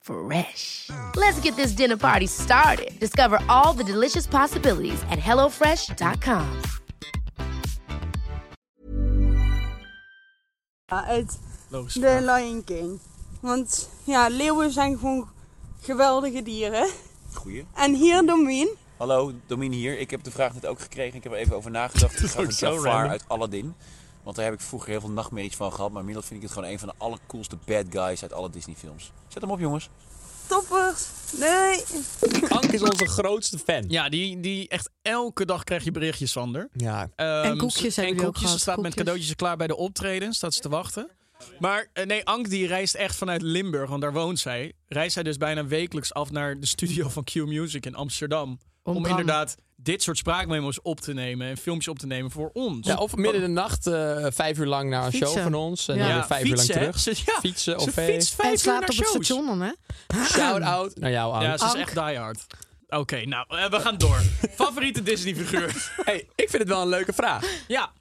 Speaker 6: Fresh. Let's get this dinner party started. Discover all the delicious possibilities at hellofresh.com.
Speaker 5: uit
Speaker 1: Logisch.
Speaker 5: de Lion King. Want ja, leeuwen zijn gewoon geweldige dieren.
Speaker 7: Goeie.
Speaker 5: En hier Domien.
Speaker 7: Hallo, Domien hier. Ik heb de vraag net ook gekregen. Ik heb er even over nagedacht. Ik ga
Speaker 2: ook
Speaker 7: van
Speaker 2: zo
Speaker 7: Jafar
Speaker 2: random.
Speaker 7: uit Aladdin. Want daar heb ik vroeger heel veel nachtmerries van gehad. Maar inmiddels vind ik het gewoon een van de allercoolste bad guys uit alle Disney films. Zet hem op jongens.
Speaker 5: Toppers. Nee.
Speaker 2: Ank is onze grootste fan.
Speaker 1: Ja, die, die echt elke dag krijg je berichtjes van haar.
Speaker 2: ja.
Speaker 1: Ehm,
Speaker 3: koekjes
Speaker 1: ze-
Speaker 3: hebben jullie ook
Speaker 1: en koekjes. Ze
Speaker 3: gehad,
Speaker 1: staat met
Speaker 3: koekjes.
Speaker 1: cadeautjes klaar bij de optreden. Staat ze te wachten. Maar eh, nee, Ank die reist echt vanuit Limburg, want daar woont zij. Reist zij dus bijna wekelijks af naar de studio van Q Music in Amsterdam. Om,
Speaker 3: Bram.
Speaker 1: inderdaad dit soort spraakmemo's op te nemen en filmpjes op te nemen voor ons.
Speaker 2: Ja, of midden in de nacht, eh, vijf uur lang naar een
Speaker 3: Fietsen.
Speaker 2: show van ons. En
Speaker 3: Ja.
Speaker 2: dan
Speaker 1: Ja,
Speaker 2: weer vijf
Speaker 1: fietsen,
Speaker 2: uur
Speaker 1: hè?
Speaker 2: lang terug.
Speaker 1: Ze- ja,
Speaker 2: Fietsen
Speaker 1: ze
Speaker 2: of eh,
Speaker 1: fietst vijf
Speaker 3: En
Speaker 1: uur naar
Speaker 3: slaapt op het
Speaker 1: shows.
Speaker 3: station dan, hè?
Speaker 2: Shout-out naar jou, Ank.
Speaker 1: Ja, ze is
Speaker 3: Ank.
Speaker 1: echt diehard. Oké, nou, eh, we gaan door. Favoriete Disney-figuur?
Speaker 2: hey, ik vind het wel een leuke vraag.
Speaker 1: ja,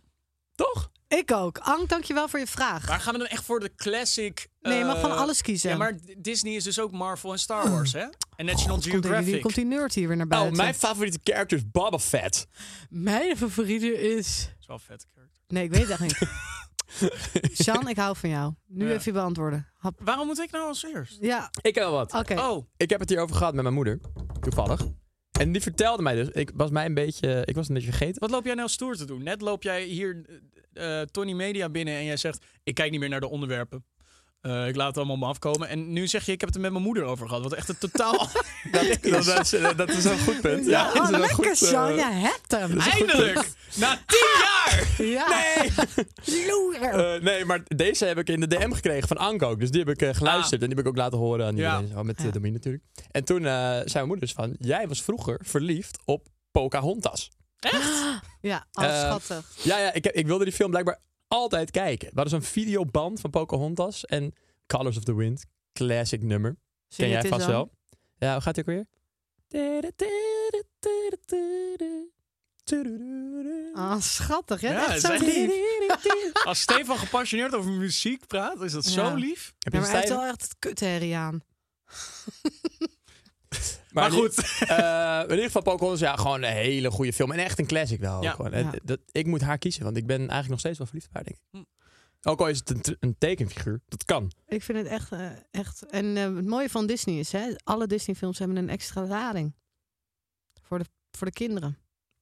Speaker 2: Toch?
Speaker 3: Ik ook. Ank, dankjewel voor je vraag.
Speaker 1: maar gaan we dan echt voor de classic...
Speaker 3: Nee, je mag
Speaker 1: eh,
Speaker 3: van alles kiezen.
Speaker 1: Ja, maar Disney is dus ook Marvel en Star Wars, hè? En National
Speaker 3: God, komt, die,
Speaker 1: Geographic.
Speaker 3: komt die nerd hier weer naar
Speaker 2: Nou,
Speaker 3: buiten?
Speaker 2: mijn favoriete character is Boba Fett.
Speaker 3: Mijn favoriete is...
Speaker 1: Dat is wel een vette character.
Speaker 3: Nee, ik weet het echt niet. Sjan, ik hou van jou. Nu even je beantwoorden. Hap-
Speaker 1: Waarom moet ik nou als eerst?
Speaker 3: Ja,
Speaker 2: Ik heb wel wat.
Speaker 3: oké.
Speaker 1: Oh,
Speaker 2: Ik heb het hierover gehad met mijn moeder. Toevallig. En die vertelde mij dus. Ik was, mij een, beetje, ik was een beetje vergeten.
Speaker 1: wat loop jij nou stoer te doen? Net loop jij hier eh, eh, Tony Media binnen en jij zegt... ik kijk niet meer naar de onderwerpen. Eh, ik laat het allemaal op me afkomen. En nu zeg je, ik heb het er met mijn moeder over gehad. Wat echt een totaal...
Speaker 2: Dat, is, dat is een goed punt.
Speaker 3: Ja,
Speaker 2: dat
Speaker 3: oh,
Speaker 2: is een
Speaker 3: lekker
Speaker 2: goed, eh,
Speaker 3: Sjan, je hebt hem.
Speaker 1: Eindelijk! Na tien jaar!
Speaker 3: Ja.
Speaker 2: Nee!
Speaker 3: Loer.
Speaker 2: Eh, nee, maar deze heb ik in de DM gekregen van Anke ook. Dus die heb ik eh, geluisterd en die heb ik ook laten horen aan
Speaker 1: Ah. Ja.
Speaker 2: iedereen. Zo, met eh,
Speaker 3: Ja.
Speaker 2: Domien natuurlijk. En toen eh, zei mijn moeder dus van... Jij was vroeger verliefd op Pocahontas.
Speaker 3: Ja, oh,
Speaker 2: Eh,
Speaker 3: schattig.
Speaker 2: Ja, ja ik, ik wilde die film blijkbaar altijd kijken. We hadden zo'n videoband van Pocahontas en Colors of the Wind. Classic nummer. Ken
Speaker 3: Zing het
Speaker 2: jij
Speaker 3: eens
Speaker 2: vast
Speaker 3: dan.
Speaker 2: wel. Ja, hoe gaat die ook weer?
Speaker 3: Ah, schattig. Ja,
Speaker 1: Ja,
Speaker 3: echt
Speaker 1: het
Speaker 3: zo
Speaker 1: is echt
Speaker 3: lief.
Speaker 1: lief. Als Stefan gepassioneerd over muziek praat, is dat zo
Speaker 3: Ja.
Speaker 1: lief.
Speaker 2: Heb
Speaker 3: Ja,
Speaker 2: je
Speaker 3: maar hij heeft
Speaker 2: stijl?
Speaker 3: wel echt het kutherrie aan.
Speaker 2: Maar
Speaker 1: Maar
Speaker 2: in
Speaker 1: goed.
Speaker 2: i- eh, in ieder geval Pocahontas, ja, gewoon een hele goede film. En echt een classic wel.
Speaker 1: Ja.
Speaker 2: Gewoon. En
Speaker 3: Ja.
Speaker 2: Dat, ik moet haar kiezen, want ik ben eigenlijk nog steeds wel verliefd op haar, denk ik. Ook al is het een, t- een tekenfiguur, dat kan.
Speaker 3: Ik vind het echt... eh, echt. En eh, het mooie van Disney is, hè, alle Disney films hebben een extra lading. Voor de, voor de kinderen.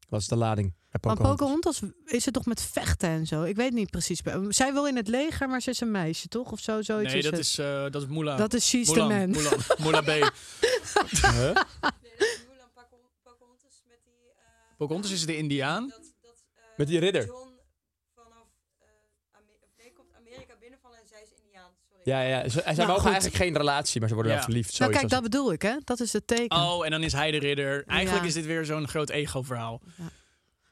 Speaker 2: Dat is de lading. bij
Speaker 3: Maar
Speaker 2: Pocahontas.
Speaker 3: Pocahontas is het toch met vechten en zo? Ik weet niet precies. Zij wil in het leger, maar ze is een meisje, toch? Of zo, zoiets
Speaker 1: Nee,
Speaker 3: is
Speaker 1: dat
Speaker 3: het.
Speaker 1: is, eh dat is Moela.
Speaker 3: Dat is She's the
Speaker 1: Mulan,
Speaker 3: Man.
Speaker 1: Mulan, Mulan B.
Speaker 2: Huh?
Speaker 3: eh,
Speaker 1: Pocahontas is de Indiaan.
Speaker 7: eh,
Speaker 2: Met die ridder. Ja, ja. Ze, ze hebben ook
Speaker 3: goed.
Speaker 2: eigenlijk geen relatie, maar ze worden
Speaker 1: Ja.
Speaker 2: wel verliefd.
Speaker 3: Nou
Speaker 2: Zoiets
Speaker 3: kijk,
Speaker 2: als-
Speaker 3: dat bedoel ik, hè? Dat is het teken.
Speaker 1: Oh, en dan is hij de ridder. Eigenlijk
Speaker 3: Ja.
Speaker 1: is dit weer zo'n groot ego-verhaal.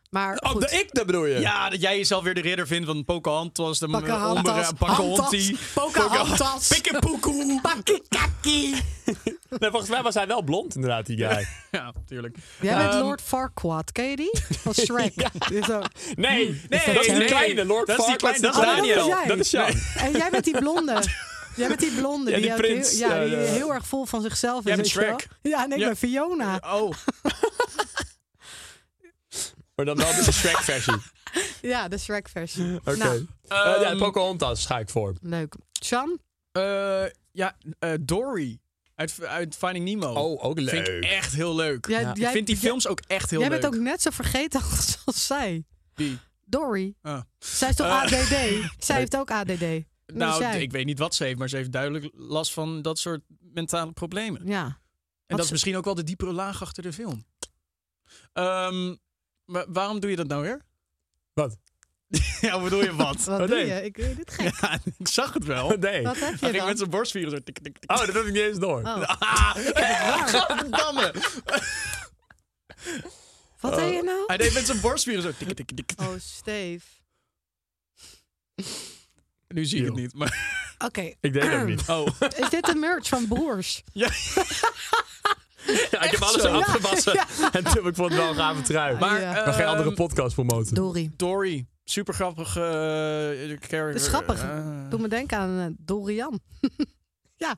Speaker 3: Maar
Speaker 2: Oh,
Speaker 3: goed.
Speaker 2: de, ik, dat bedoel je?
Speaker 1: Ja, dat jij jezelf weer de ridder vindt, want Pocahontas, de
Speaker 3: Pocahontas,
Speaker 1: onder... Pocahontie.
Speaker 3: Hantas, Pocahontas.
Speaker 1: Pikkepoekoe.
Speaker 3: Pakikaki.
Speaker 2: Nee, volgens mij was hij wel blond, inderdaad, die guy.
Speaker 1: Ja, natuurlijk.
Speaker 3: Jij bent
Speaker 1: Ehm,
Speaker 3: Lord Farquaad, ken je die? Van Shrek. Die is zo-
Speaker 2: Nee, nee, dat Hmm. is die
Speaker 1: nee.
Speaker 2: kleine Lord
Speaker 1: Dat is die
Speaker 2: Farquaad,
Speaker 1: kleine-
Speaker 2: dat is
Speaker 1: Oh, dat
Speaker 2: Daniel.
Speaker 1: is
Speaker 3: jij.
Speaker 2: Dat is jou.
Speaker 3: En jij bent die blonde. Jij bent die blonde.
Speaker 2: Ja, die
Speaker 3: ook
Speaker 2: prins.
Speaker 3: Heel, ja,
Speaker 2: Ja,
Speaker 3: die
Speaker 2: ja.
Speaker 3: heel erg vol van zichzelf is.
Speaker 1: Jij bent
Speaker 3: weet je wel.
Speaker 1: Shrek.
Speaker 3: Ja, en ik
Speaker 1: Ja.
Speaker 3: ben Fiona.
Speaker 1: Oh,
Speaker 2: Maar dan wel de Shrek-versie.
Speaker 3: Ja, de Shrek-versie.
Speaker 2: Oké.
Speaker 3: Nou,
Speaker 2: Eh, ja,
Speaker 1: Ehm,
Speaker 2: Pocahontas ga ik voor.
Speaker 3: leuk. Sean,
Speaker 1: eh, ja, eh, Dory uit, uit Finding Nemo.
Speaker 2: Oh, ook
Speaker 1: Vind ik
Speaker 2: leuk.
Speaker 1: echt heel leuk.
Speaker 3: Jij-
Speaker 1: Ik
Speaker 3: jij-
Speaker 1: vind die
Speaker 3: jij-
Speaker 1: films ook echt heel
Speaker 3: jij
Speaker 1: leuk.
Speaker 3: bent ook net zo vergeten als, als zij.
Speaker 1: Die.
Speaker 3: Dory.
Speaker 1: Ah.
Speaker 3: Zij is toch
Speaker 1: Eh.
Speaker 3: ADD? Zij heeft ook ADD. Net als
Speaker 1: Nou,
Speaker 3: jij.
Speaker 1: ik weet niet wat ze heeft, maar ze heeft duidelijk last van dat soort mentale problemen.
Speaker 3: Ja.
Speaker 1: En
Speaker 3: Wat
Speaker 1: dat
Speaker 3: ze-
Speaker 1: is misschien ook wel de diepere laag achter de film. Ehm, maar waarom doe je dat nou weer?
Speaker 2: Wat?
Speaker 1: ja, wat bedoel je wat?
Speaker 3: Wat
Speaker 2: Wat
Speaker 3: doe
Speaker 2: deed
Speaker 3: je? Ik weet dit gek.
Speaker 1: ja, ik zag het wel. Hij
Speaker 2: Oh, Nee.
Speaker 3: Wat heb je
Speaker 1: ging
Speaker 3: dan?
Speaker 1: met zijn borstvieren zo tik tik tik.
Speaker 2: Oh, dat heb ik niet eens door.
Speaker 3: Oh.
Speaker 1: Ah, Gadverdamme.
Speaker 3: Wat deed
Speaker 2: Oh.
Speaker 3: je nou?
Speaker 1: Hij deed met zijn borstvieren zo tik tik tik.
Speaker 3: Oh, Steve.
Speaker 1: Nu zie ik het niet, maar...
Speaker 3: Oké,
Speaker 2: Ik deed het ook niet.
Speaker 1: Oh,
Speaker 3: is dit de merch van broers?
Speaker 1: ja.
Speaker 2: Ja, ik heb alles
Speaker 1: zo?
Speaker 2: zo afgewassen. En Tim, ik vond het wel een gave trui.
Speaker 1: Maar,
Speaker 3: Ja.
Speaker 2: Maar geen andere
Speaker 1: ehm,
Speaker 2: podcast promoten.
Speaker 3: Dory.
Speaker 1: Dory, super grappig character.
Speaker 3: Dat is grappig.
Speaker 1: Eh,
Speaker 3: Doe me denken aan eh, Dorian.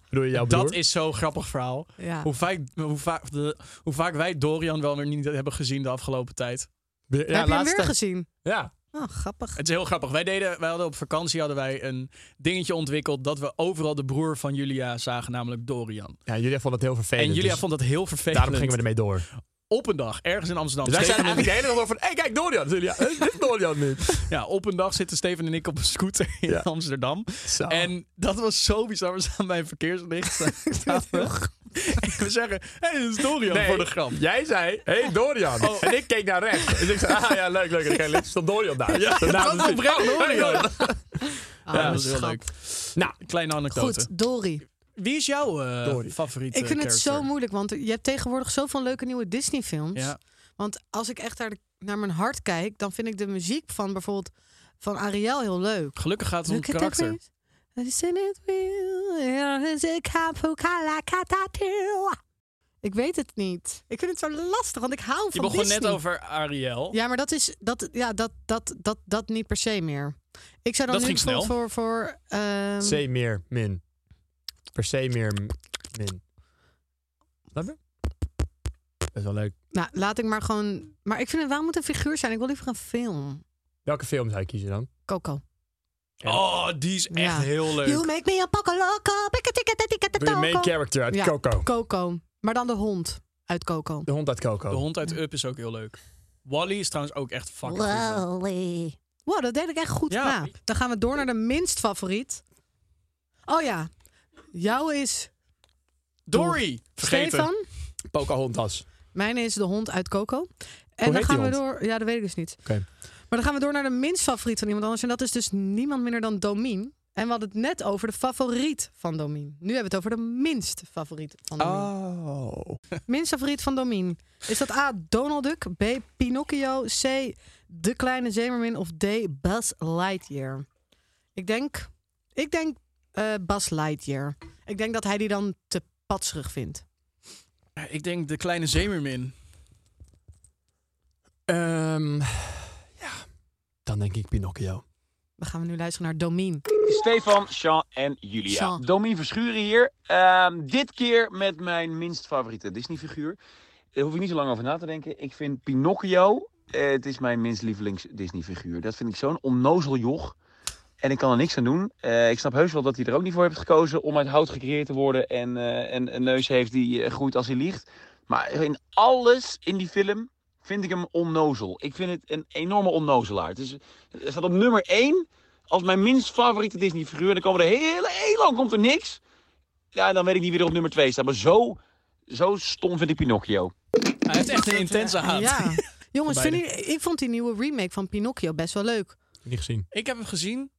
Speaker 2: Bedoel je jouw broer?
Speaker 1: dat is zo'n grappig verhaal.
Speaker 3: Ja.
Speaker 1: Hoe, vaak, hoe, vaak, de- hoe vaak wij Dorian wel weer niet hebben gezien de afgelopen tijd.
Speaker 2: Ja,
Speaker 3: heb je hem
Speaker 2: laatste-
Speaker 3: weer gezien?
Speaker 2: Ja.
Speaker 3: Oh, grappig.
Speaker 1: Het is heel grappig. Wij, deden, wij hadden op vakantie hadden wij een dingetje ontwikkeld dat we overal de broer van Julia zagen, namelijk Dorian.
Speaker 2: ja, jullie vonden het heel vervelend.
Speaker 1: en Julia
Speaker 2: dus
Speaker 1: vond dat heel vervelend.
Speaker 2: Daarom gingen we ermee door.
Speaker 1: Op een dag, ergens in Amsterdam.
Speaker 2: Dus wij
Speaker 1: Steven
Speaker 2: zeiden
Speaker 1: en ik-
Speaker 2: eigenlijk de hele dag door van... Hé, hey, kijk, Dorian. Julia, eh, dit is Dorian niet.
Speaker 1: ja, op een dag zitten Steven en ik op een scooter in
Speaker 2: Ja.
Speaker 1: Amsterdam.
Speaker 2: Zo.
Speaker 1: En dat was zo bizar. We staan bij een verkeerslicht. en we zeggen, hé, hey, dit is Dorian
Speaker 2: Nee, Ah,
Speaker 1: voor de grap. Oh.
Speaker 2: Jij zei, hé hey, Dorian. En ik keek naar rechts. Dus ik zei, ah ja, leuk, leuk. En ik keek links, stond Dorian daar. Ja,
Speaker 1: dat was oprecht Dorian.
Speaker 3: Ah,
Speaker 1: Ja, dat
Speaker 3: wat
Speaker 1: was heel
Speaker 3: schat.
Speaker 1: leuk.
Speaker 2: Oh, Nou,
Speaker 1: Kleine anekdote.
Speaker 3: Goed, Dory.
Speaker 1: Wie is jouw eh,
Speaker 2: Dory.
Speaker 1: favoriete
Speaker 3: Ik vind het zo
Speaker 1: character?
Speaker 3: moeilijk, want je hebt tegenwoordig zoveel leuke nieuwe Disney-films.
Speaker 1: Ja.
Speaker 3: Want als ik echt naar, de- naar mijn hart kijk, dan vind ik de muziek van bijvoorbeeld van Ariel heel leuk.
Speaker 1: Gelukkig gaat het om het
Speaker 3: Look at the
Speaker 1: karakter.
Speaker 3: grace. Isn't it real? Here is a kapukala katatil. Ik weet het niet. Ik vind het zo lastig, want ik hou van
Speaker 1: Je begon
Speaker 3: Disney.
Speaker 1: net over Ariel.
Speaker 3: Ja, maar dat is dat, ja, dat, dat, dat, dat niet per se meer. Ik zou dan
Speaker 1: Dat
Speaker 3: nu
Speaker 1: ging snel.
Speaker 3: bijvoorbeeld voor voor ehm,
Speaker 2: C meer min. Per se meer m- min. Snap je? Dat is wel leuk.
Speaker 3: nou, laat ik maar gewoon. Maar ik vind het wel moet een figuur zijn. Ik wil liever een film.
Speaker 2: Welke film zou je kiezen dan?
Speaker 3: Coco.
Speaker 1: Oh, die is echt
Speaker 3: Ja.
Speaker 1: heel leuk.
Speaker 3: You make me a poco loco.
Speaker 2: Doe je main character uit
Speaker 3: Ja,
Speaker 2: Coco.
Speaker 3: Coco. Maar dan de hond uit Coco.
Speaker 2: De hond uit Coco.
Speaker 1: De hond uit Up is ook heel leuk. Wally is trouwens ook echt fucking goed.
Speaker 3: Wally. Wow, dat deed ik echt goed.
Speaker 1: Ja.
Speaker 3: Nou, dan gaan we door naar de minst favoriet. Oh ja, jouw is
Speaker 1: Dory! Vergeten.
Speaker 3: Stefan.
Speaker 2: Pocahontas.
Speaker 3: Mijn is de hond uit Coco. En
Speaker 2: Hoe
Speaker 3: dan
Speaker 2: heet
Speaker 3: gaan
Speaker 2: die
Speaker 3: we
Speaker 2: hond?
Speaker 3: door. Ja, dat weet ik dus niet.
Speaker 2: Oké.
Speaker 3: Maar dan gaan we door naar de minst favoriet van iemand anders. En dat is dus niemand minder dan Domien. En we hadden het net over de favoriet van Domien. Nu hebben we het over de minst favoriet van Domien.
Speaker 2: Oh.
Speaker 3: Minst favoriet van Domien. Is dat A. Donald Duck, B. Pinocchio, C. De Kleine Zemermin of D. Buzz Lightyear? Ik denk, ik denk eh Buzz Lightyear. Ik denk dat hij die dan te patserig vindt.
Speaker 1: Ik denk de kleine zeemermin.
Speaker 2: Ehm, ja. Dan denk ik Pinocchio.
Speaker 3: We gaan nu luisteren naar Domien.
Speaker 7: Stefan, Sean en Julia.
Speaker 3: Sean.
Speaker 7: Domien Verschuren hier. Ehm, dit keer met mijn minst favoriete Disney-figuur. Daar hoef ik niet zo lang over na te denken. Ik vind Pinocchio, eh, het is mijn minst lievelings Disney-figuur. Dat vind ik zo'n onnozel joch. En ik kan er niks aan doen. Eh, ik snap heus wel dat hij er ook niet voor heeft gekozen om uit hout gecreëerd te worden. En eh, een, een neus heeft die eh, groeit als hij liegt. Maar in alles in die film vind ik hem onnozel. Ik vind het een enorme onnozelaar. Het, is, het staat op nummer 1 als mijn minst favoriete Disney figuur. Dan komen er heel, heel lang komt er niks. Ja, dan weet ik niet wie er op nummer 2 staat. Maar zo, zo stom vind ik Pinocchio.
Speaker 1: Hij heeft echt een intense haat.
Speaker 3: Ja. Jongens,
Speaker 1: Beide.
Speaker 3: vinden jullie- ik vond die nieuwe remake van Pinocchio best wel leuk.
Speaker 2: Niet gezien.
Speaker 1: Ik heb hem gezien.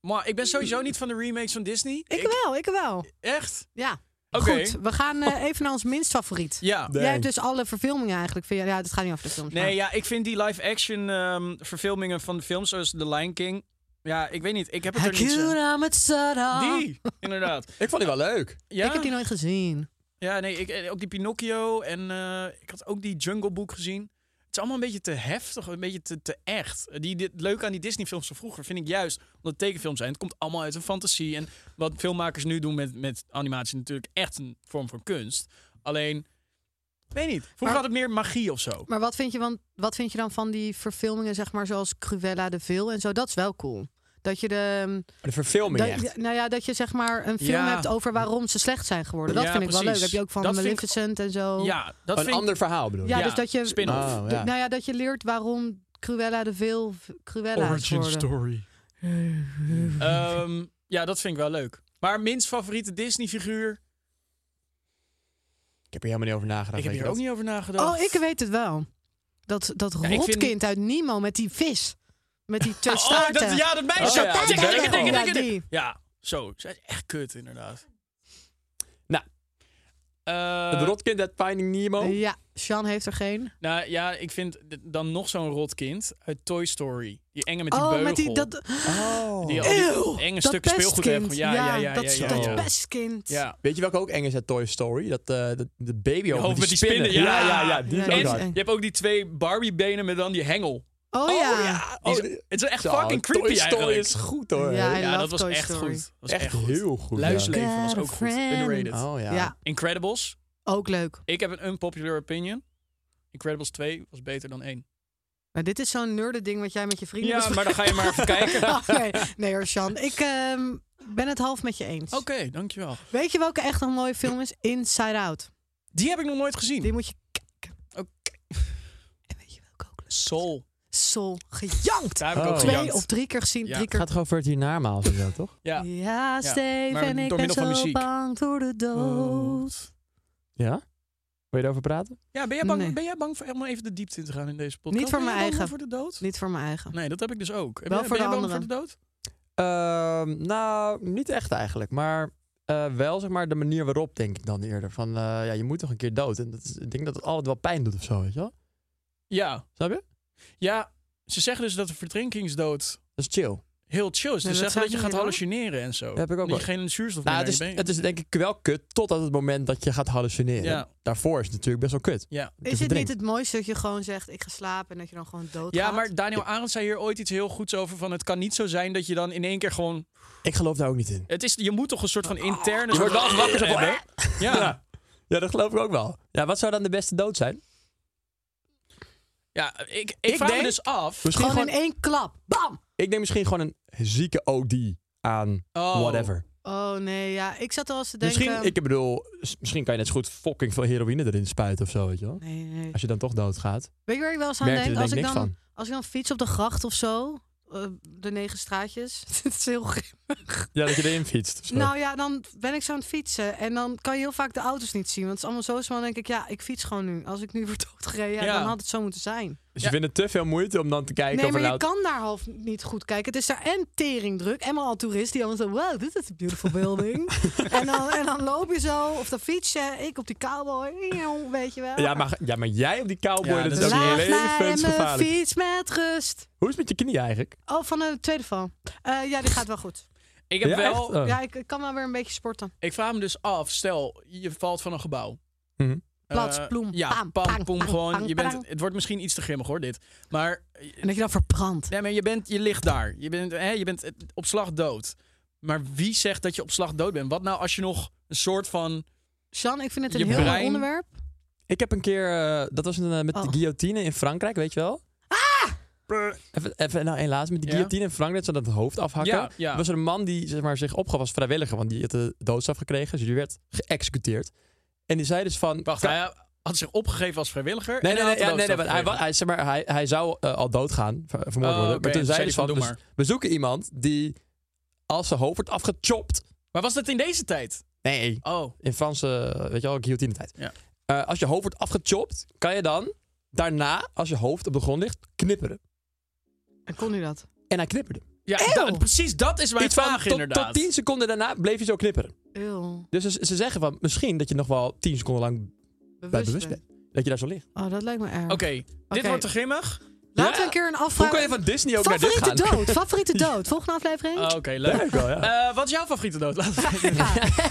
Speaker 1: Maar ik ben sowieso niet van de remakes van Disney.
Speaker 3: Ik, wel, ik wel.
Speaker 1: Echt?
Speaker 3: Ja.
Speaker 1: Oké.
Speaker 3: Goed, we gaan eh, even naar ons minst favoriet.
Speaker 1: Ja.
Speaker 3: Jij hebt dus alle verfilmingen eigenlijk. via- Ja, het gaat niet over de films. maar-
Speaker 1: Nee, ja, ik vind die live-action ehm, verfilmingen van de films zoals The Lion King... Ja, ik weet niet. Ik heb het er niet zo...
Speaker 3: Hakuna Matata.
Speaker 1: Die, inderdaad.
Speaker 2: Ik vond die wel leuk.
Speaker 1: Ja,
Speaker 3: Ik heb die nooit gezien.
Speaker 1: ja nee, ik, eh, ook die Pinocchio en eh, ik had ook die Jungle Book gezien. Het is allemaal een beetje te heftig, een beetje te, te echt. Die, dit leuk aan die Disney-films van vroeger vind ik juist, omdat het tekenfilms zijn, het komt allemaal uit een fantasie. En wat filmmakers nu doen met, met animatie is natuurlijk echt een vorm van kunst. Alleen, ik weet niet, vroeger
Speaker 3: Maar-
Speaker 1: had het meer magie of zo.
Speaker 3: Maar wat vind, je, want, wat vind je dan van die verfilmingen, zeg maar, zoals Cruella de Vil en zo? Dat is wel cool. Dat je de. ehm,
Speaker 2: De verfilming
Speaker 3: Dat,
Speaker 2: echt.
Speaker 3: nou ja, dat je zeg maar een film
Speaker 1: Ja.
Speaker 3: hebt over waarom ze slecht zijn geworden. Dat
Speaker 1: Ja,
Speaker 3: vind ik wel
Speaker 1: precies.
Speaker 3: leuk. Heb je ook van
Speaker 1: Dat vind ik-
Speaker 3: Maleficent en zo.
Speaker 1: Ja, dat
Speaker 2: een
Speaker 1: vind ik-
Speaker 2: ander verhaal bedoel je?
Speaker 3: Ja,
Speaker 1: Ja,
Speaker 3: dus dat je.
Speaker 1: spin-off.
Speaker 2: Oh,
Speaker 3: de-
Speaker 2: ja.
Speaker 3: Nou ja, dat je leert waarom Cruella de Vil v- Cruella is geworden.
Speaker 1: story. Ehm, ja, dat vind ik wel leuk. Maar minst favoriete Disney-figuur?
Speaker 2: Ik heb er helemaal niet over nagedacht.
Speaker 1: Ik heb hier
Speaker 2: weet je
Speaker 1: ook
Speaker 2: dat?
Speaker 1: niet over nagedacht.
Speaker 3: Oh, ik weet het wel. Dat, dat
Speaker 1: Ja, ik vind-
Speaker 3: rotkind uit Nemo met die vis. Met die twee
Speaker 1: Oh,
Speaker 3: staarten.
Speaker 1: dat, ja, dat meisje.
Speaker 2: Oh,
Speaker 1: zo.
Speaker 2: ja,
Speaker 1: Tikken,
Speaker 2: die
Speaker 1: tikken, tikken,
Speaker 3: Ja,
Speaker 1: tikken.
Speaker 3: die.
Speaker 1: Ja, zo. Zij is echt kut, inderdaad.
Speaker 2: Nou.
Speaker 1: Eh,
Speaker 2: Het rotkind uit Finding Nemo.
Speaker 1: Oh.
Speaker 3: Ja, Sean heeft er geen.
Speaker 1: nou ja, ik vind d- dan nog zo'n rotkind uit Toy Story. Die enge met die
Speaker 3: oh,
Speaker 1: beugel.
Speaker 3: met die dat.
Speaker 2: Oh.
Speaker 1: Die al die
Speaker 3: Eeuw,
Speaker 1: enge
Speaker 3: dat
Speaker 1: stukken speelgoed
Speaker 3: pestkind.
Speaker 1: hebben. Ja, ja, ja. ja,
Speaker 3: dat,
Speaker 1: ja,
Speaker 3: dat
Speaker 1: ja.
Speaker 3: pestkind.
Speaker 1: Ja.
Speaker 2: Weet je welke ook eng is uit Toy Story? Dat, eh dat de baby
Speaker 1: hoofd
Speaker 2: over
Speaker 1: Oh, met die spinnen, ja.
Speaker 2: Ja, ja, ja. Die is
Speaker 3: Ja,
Speaker 2: ook
Speaker 1: En
Speaker 3: die is
Speaker 2: hard.
Speaker 3: eng.
Speaker 1: je hebt ook die twee Barbie-benen met dan die hengel.
Speaker 3: Oh, ja.
Speaker 1: Oh,
Speaker 2: Die is-
Speaker 1: het is echt
Speaker 2: Zo,
Speaker 1: fucking creepy
Speaker 2: Toy Story
Speaker 1: eigenlijk.
Speaker 2: is goed hoor.
Speaker 3: Ja, I
Speaker 1: Ja,
Speaker 3: love
Speaker 1: dat was
Speaker 3: Toy
Speaker 1: echt
Speaker 3: Story.
Speaker 1: goed. Dat was
Speaker 2: echt,
Speaker 1: echt, goed.
Speaker 2: heel goed. ja.
Speaker 1: Luisleven was
Speaker 3: Got a
Speaker 1: ook goed.
Speaker 3: friend.
Speaker 1: Underrated.
Speaker 2: Oh ja.
Speaker 3: Ja.
Speaker 1: Incredibles.
Speaker 3: Ook leuk.
Speaker 1: Ik heb een unpopular opinion. Incredibles 2 was beter dan 1.
Speaker 3: Maar dit is zo'n nerde ding wat jij met je vrienden
Speaker 1: Ja,
Speaker 3: bespreekt.
Speaker 1: maar dan ga je maar even kijken. Oké,
Speaker 3: Oké, nee hoor, Sean. Ik ehm, ben het half met je eens.
Speaker 1: dankjewel.
Speaker 3: Weet je welke echt een mooie film is? Inside Out.
Speaker 1: Die heb ik nog nooit gezien.
Speaker 3: Die moet je kijken.
Speaker 1: Oké.
Speaker 3: En weet je welke ook leuk? is?
Speaker 1: Soul.
Speaker 3: Soul. Gejankt.
Speaker 1: Daar heb ik
Speaker 2: Oh.
Speaker 1: ook
Speaker 3: Twee
Speaker 1: gejankt.
Speaker 3: of drie keer gezien.
Speaker 1: Ja,
Speaker 3: drie
Speaker 2: Het
Speaker 3: keer.
Speaker 2: gaat toch over het hiernaam of zo, toch?
Speaker 1: Ja.
Speaker 3: Ja,
Speaker 1: maar
Speaker 3: Steven, ik
Speaker 1: door
Speaker 3: ben
Speaker 1: middel van
Speaker 3: zo
Speaker 1: muziek. Oh.
Speaker 3: bang voor de
Speaker 2: Hm.
Speaker 3: dood.
Speaker 2: Ja? Wil je daarover praten?
Speaker 1: Ja, ben jij bang,
Speaker 3: Nee.
Speaker 1: ben jij bang voor helemaal even de diepte in te gaan in deze podcast?
Speaker 3: Niet voor
Speaker 1: Ben jij
Speaker 3: mijn
Speaker 1: bang
Speaker 3: eigen.
Speaker 1: voor de dood?
Speaker 3: Niet voor mijn eigen.
Speaker 1: Nee, dat heb ik dus ook. Ben
Speaker 3: Wel
Speaker 1: jij-
Speaker 3: voor
Speaker 1: ben
Speaker 3: de
Speaker 1: jij bang voor de
Speaker 3: anderen.
Speaker 1: dood?
Speaker 2: Ehm, nou, niet echt eigenlijk. Maar eh, wel zeg maar de manier waarop, denk ik dan eerder. Van, eh, ja, je moet toch een keer dood. En dat is, ik denk dat het altijd wel pijn doet of zo, weet je wel?
Speaker 1: Ja.
Speaker 2: Snap je?
Speaker 1: Ja, ze zeggen dus dat de verdrinkingsdood
Speaker 2: Dat is chill.
Speaker 1: heel chill is. Ze zeggen
Speaker 3: dat
Speaker 1: dat je
Speaker 3: zou ik
Speaker 1: gaat
Speaker 3: niet doen.
Speaker 1: hallucineren en zo.
Speaker 2: Dat heb ik ook
Speaker 1: dat je
Speaker 2: wel.
Speaker 1: geen zuurstof
Speaker 2: Nou,
Speaker 1: meer
Speaker 2: het
Speaker 1: naar je benen-
Speaker 2: is, het is denk ik wel kut totdat het moment dat je gaat hallucineren.
Speaker 1: Ja.
Speaker 2: Daarvoor is het natuurlijk best wel kut.
Speaker 1: Ja.
Speaker 2: Je
Speaker 3: Is het niet
Speaker 2: verdrinkt.
Speaker 3: het mooiste dat je gewoon zegt, ik ga slapen en dat je dan gewoon dood
Speaker 1: Ja, maar Daniel Arendt zei hier ooit iets heel goeds over van het kan niet zo zijn dat je dan in één keer gewoon
Speaker 2: Ik geloof daar ook niet in.
Speaker 1: het is je moet toch een soort van interne
Speaker 2: Je wordt wel wakker zo van,
Speaker 1: hebben. Ja. ja.
Speaker 2: Ja, dat geloof ik ook wel. Ja, wat zou dan de beste dood zijn?
Speaker 1: ik, ik, vraag me
Speaker 2: denk-
Speaker 1: dus af.
Speaker 2: Misschien
Speaker 3: Gewoon
Speaker 2: gewoon,
Speaker 3: in één klap. Bam!
Speaker 2: Ik denk misschien gewoon een zieke OD aan
Speaker 1: Oh.
Speaker 2: whatever.
Speaker 3: Oh nee, ja. Ik zat al eens te denken...
Speaker 2: Misschien, ik bedoel, s- misschien kan je net zo goed fucking veel heroïne erin spuiten of zo, weet je wel.
Speaker 3: Nee, nee.
Speaker 2: Als je dan toch doodgaat.
Speaker 3: Weet je waar ik wel eens aan
Speaker 2: Merk je er
Speaker 3: denk?
Speaker 2: denk
Speaker 3: Als
Speaker 2: ik
Speaker 3: ik,
Speaker 2: niks
Speaker 3: dan,
Speaker 2: van.
Speaker 3: als ik dan fiets op de gracht of zo, eh, de negen straatjes, het is heel grimmig.
Speaker 2: Ja, dat je erin fietst of zo.
Speaker 3: Nou ja, dan ben ik zo aan het fietsen en dan kan je heel vaak de auto's niet zien. Want het is allemaal zo snel, dan denk ik, ja, ik fiets gewoon nu. Als ik nu word doodgereden,
Speaker 1: Ja.
Speaker 3: dan had het zo moeten zijn.
Speaker 1: ja.
Speaker 2: dus je vindt het te veel moeite om dan te kijken
Speaker 3: nee,
Speaker 2: of
Speaker 3: maar
Speaker 2: een
Speaker 3: je
Speaker 2: auto-
Speaker 3: kan daar half niet goed kijken. Het is daar en teringdruk en maar al toeristen die allemaal zo, wow, dit is een beautiful building. en, dan, en dan loop je zo, of dan fiets je, ik op die cowboy, weet je wel.
Speaker 2: Ja maar, ja, maar jij op die cowboy,
Speaker 1: Ja,
Speaker 2: dat,
Speaker 1: dat
Speaker 2: is
Speaker 1: is
Speaker 2: ook
Speaker 3: Laat mij mijn
Speaker 2: levensgevaarlijk.
Speaker 3: fiets met rust.
Speaker 2: Hoe is het met je knie eigenlijk?
Speaker 3: Oh, van de tweede val. Eh, ja, die gaat wel goed.
Speaker 1: Ik heb
Speaker 2: Ja,
Speaker 1: wel
Speaker 2: echt? Oh.
Speaker 3: Ja, ik, ik kan wel weer een beetje sporten.
Speaker 1: ik vraag me dus af, stel je valt van een gebouw.
Speaker 2: Mhm.
Speaker 3: Plats,
Speaker 1: Eh,
Speaker 3: ploem,
Speaker 1: ja,
Speaker 3: paam,
Speaker 1: pam,
Speaker 3: pang,
Speaker 1: poem,
Speaker 3: pang,
Speaker 1: gewoon.
Speaker 3: pang,
Speaker 1: je bent,
Speaker 3: pang.
Speaker 1: Het wordt misschien iets te grimmig hoor, dit. Maar
Speaker 3: En dat je dan verbrandt.
Speaker 1: Nee, maar je, bent, je ligt daar. Je bent, hè, je bent eh, op slag dood. Maar wie zegt dat je op slag dood bent? Wat nou als je nog een soort van...
Speaker 3: Sjan, ik vind het een
Speaker 1: Je
Speaker 3: heel mooi
Speaker 1: brein-
Speaker 3: onderwerp.
Speaker 2: Ik heb een keer, eh, dat was een, eh, met de
Speaker 3: Oh.
Speaker 2: guillotine in Frankrijk, weet je wel? Even, even nou, helaas, met de
Speaker 1: Ja.
Speaker 2: guillotine in Frankrijk, ze dat het hoofd afhakken.
Speaker 1: Ja, ja.
Speaker 2: was er een man die zeg maar, zich opgaf als vrijwilliger, want die had de doodstraf gekregen, dus die werd geëxecuteerd. En die zei dus van...
Speaker 1: Wacht,
Speaker 2: kan-
Speaker 1: hij had zich opgegeven als vrijwilliger.
Speaker 2: Nee,
Speaker 1: en
Speaker 2: nee,
Speaker 1: hij
Speaker 2: nee,
Speaker 1: had de
Speaker 2: ja, nee, nee,
Speaker 1: doodstraf
Speaker 2: want hij, wa-
Speaker 1: gekregen.
Speaker 2: hij, zeg maar, hij, hij zou eh, al doodgaan, ver- vermoord
Speaker 1: Oh,
Speaker 2: worden.
Speaker 1: oké,
Speaker 2: Maar toen
Speaker 1: dus
Speaker 2: zei
Speaker 1: zei
Speaker 2: hij
Speaker 1: ze
Speaker 2: van,
Speaker 1: van,
Speaker 2: we,
Speaker 1: doe
Speaker 2: we zoeken iemand die, als zijn hoofd wordt afgechopt...
Speaker 1: Maar was dat in deze tijd?
Speaker 2: Nee,
Speaker 1: Oh,
Speaker 2: in Franse, weet je wel, guillotine tijd.
Speaker 1: Ja.
Speaker 2: Eh, als je hoofd wordt afgechopt, kan je dan daarna, als je hoofd op de grond ligt, knipperen.
Speaker 3: En kon u dat?
Speaker 2: En hij knipperde.
Speaker 1: ja, da- precies dat is mijn
Speaker 2: Iets van
Speaker 1: vraag
Speaker 2: tot,
Speaker 1: inderdaad.
Speaker 2: tot 10 seconden daarna bleef hij zo knipperen.
Speaker 3: Eeuw.
Speaker 2: Dus ze, ze zeggen van, misschien dat je nog wel 10 seconden lang bij
Speaker 3: Bewust.
Speaker 2: bewust
Speaker 3: bent.
Speaker 2: bent. Dat je daar zo ligt.
Speaker 3: Oh, dat lijkt me erg.
Speaker 1: Oké, dit
Speaker 3: Oké.
Speaker 1: wordt te grimmig.
Speaker 3: Laten
Speaker 2: Ja.
Speaker 3: we een keer een
Speaker 2: Hoe
Speaker 3: afvraag...
Speaker 2: kan je van Disney ook naar dit
Speaker 3: Favoriete
Speaker 2: gaan?
Speaker 3: dood, favoriete dood. Volgende aflevering.
Speaker 1: Oh, Oké, leuk.
Speaker 2: Leuk wel, ja.
Speaker 1: Eh, wat is jouw favoriete dood? Laat het weten.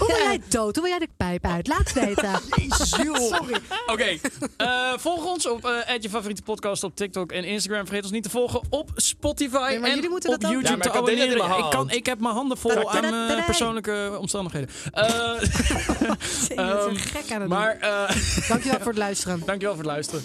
Speaker 3: Hoe wil jij dood? Hoe wil jij de pijp uit? Laat het weten. Sorry.
Speaker 1: Oké, eh, volg ons op eh je favoriete podcast op TikTok en Instagram. Vergeet ons niet te volgen op Spotify
Speaker 3: Nee, maar
Speaker 1: en
Speaker 3: jullie
Speaker 1: op
Speaker 3: moeten dat ook
Speaker 1: YouTube
Speaker 2: doen. Ja, maar
Speaker 1: te
Speaker 2: ik had dit net in
Speaker 1: abonneren.
Speaker 2: mijn
Speaker 1: ik,
Speaker 2: hand.
Speaker 1: kan, ik heb mijn handen vol aan eh,
Speaker 3: Tadadadadai.
Speaker 1: persoonlijke omstandigheden. Eh,
Speaker 3: Je bent zo
Speaker 1: Ehm,
Speaker 3: gek aan het
Speaker 1: maar eh,
Speaker 3: doen. Dankjewel voor het luisteren.
Speaker 1: dankjewel voor het luisteren.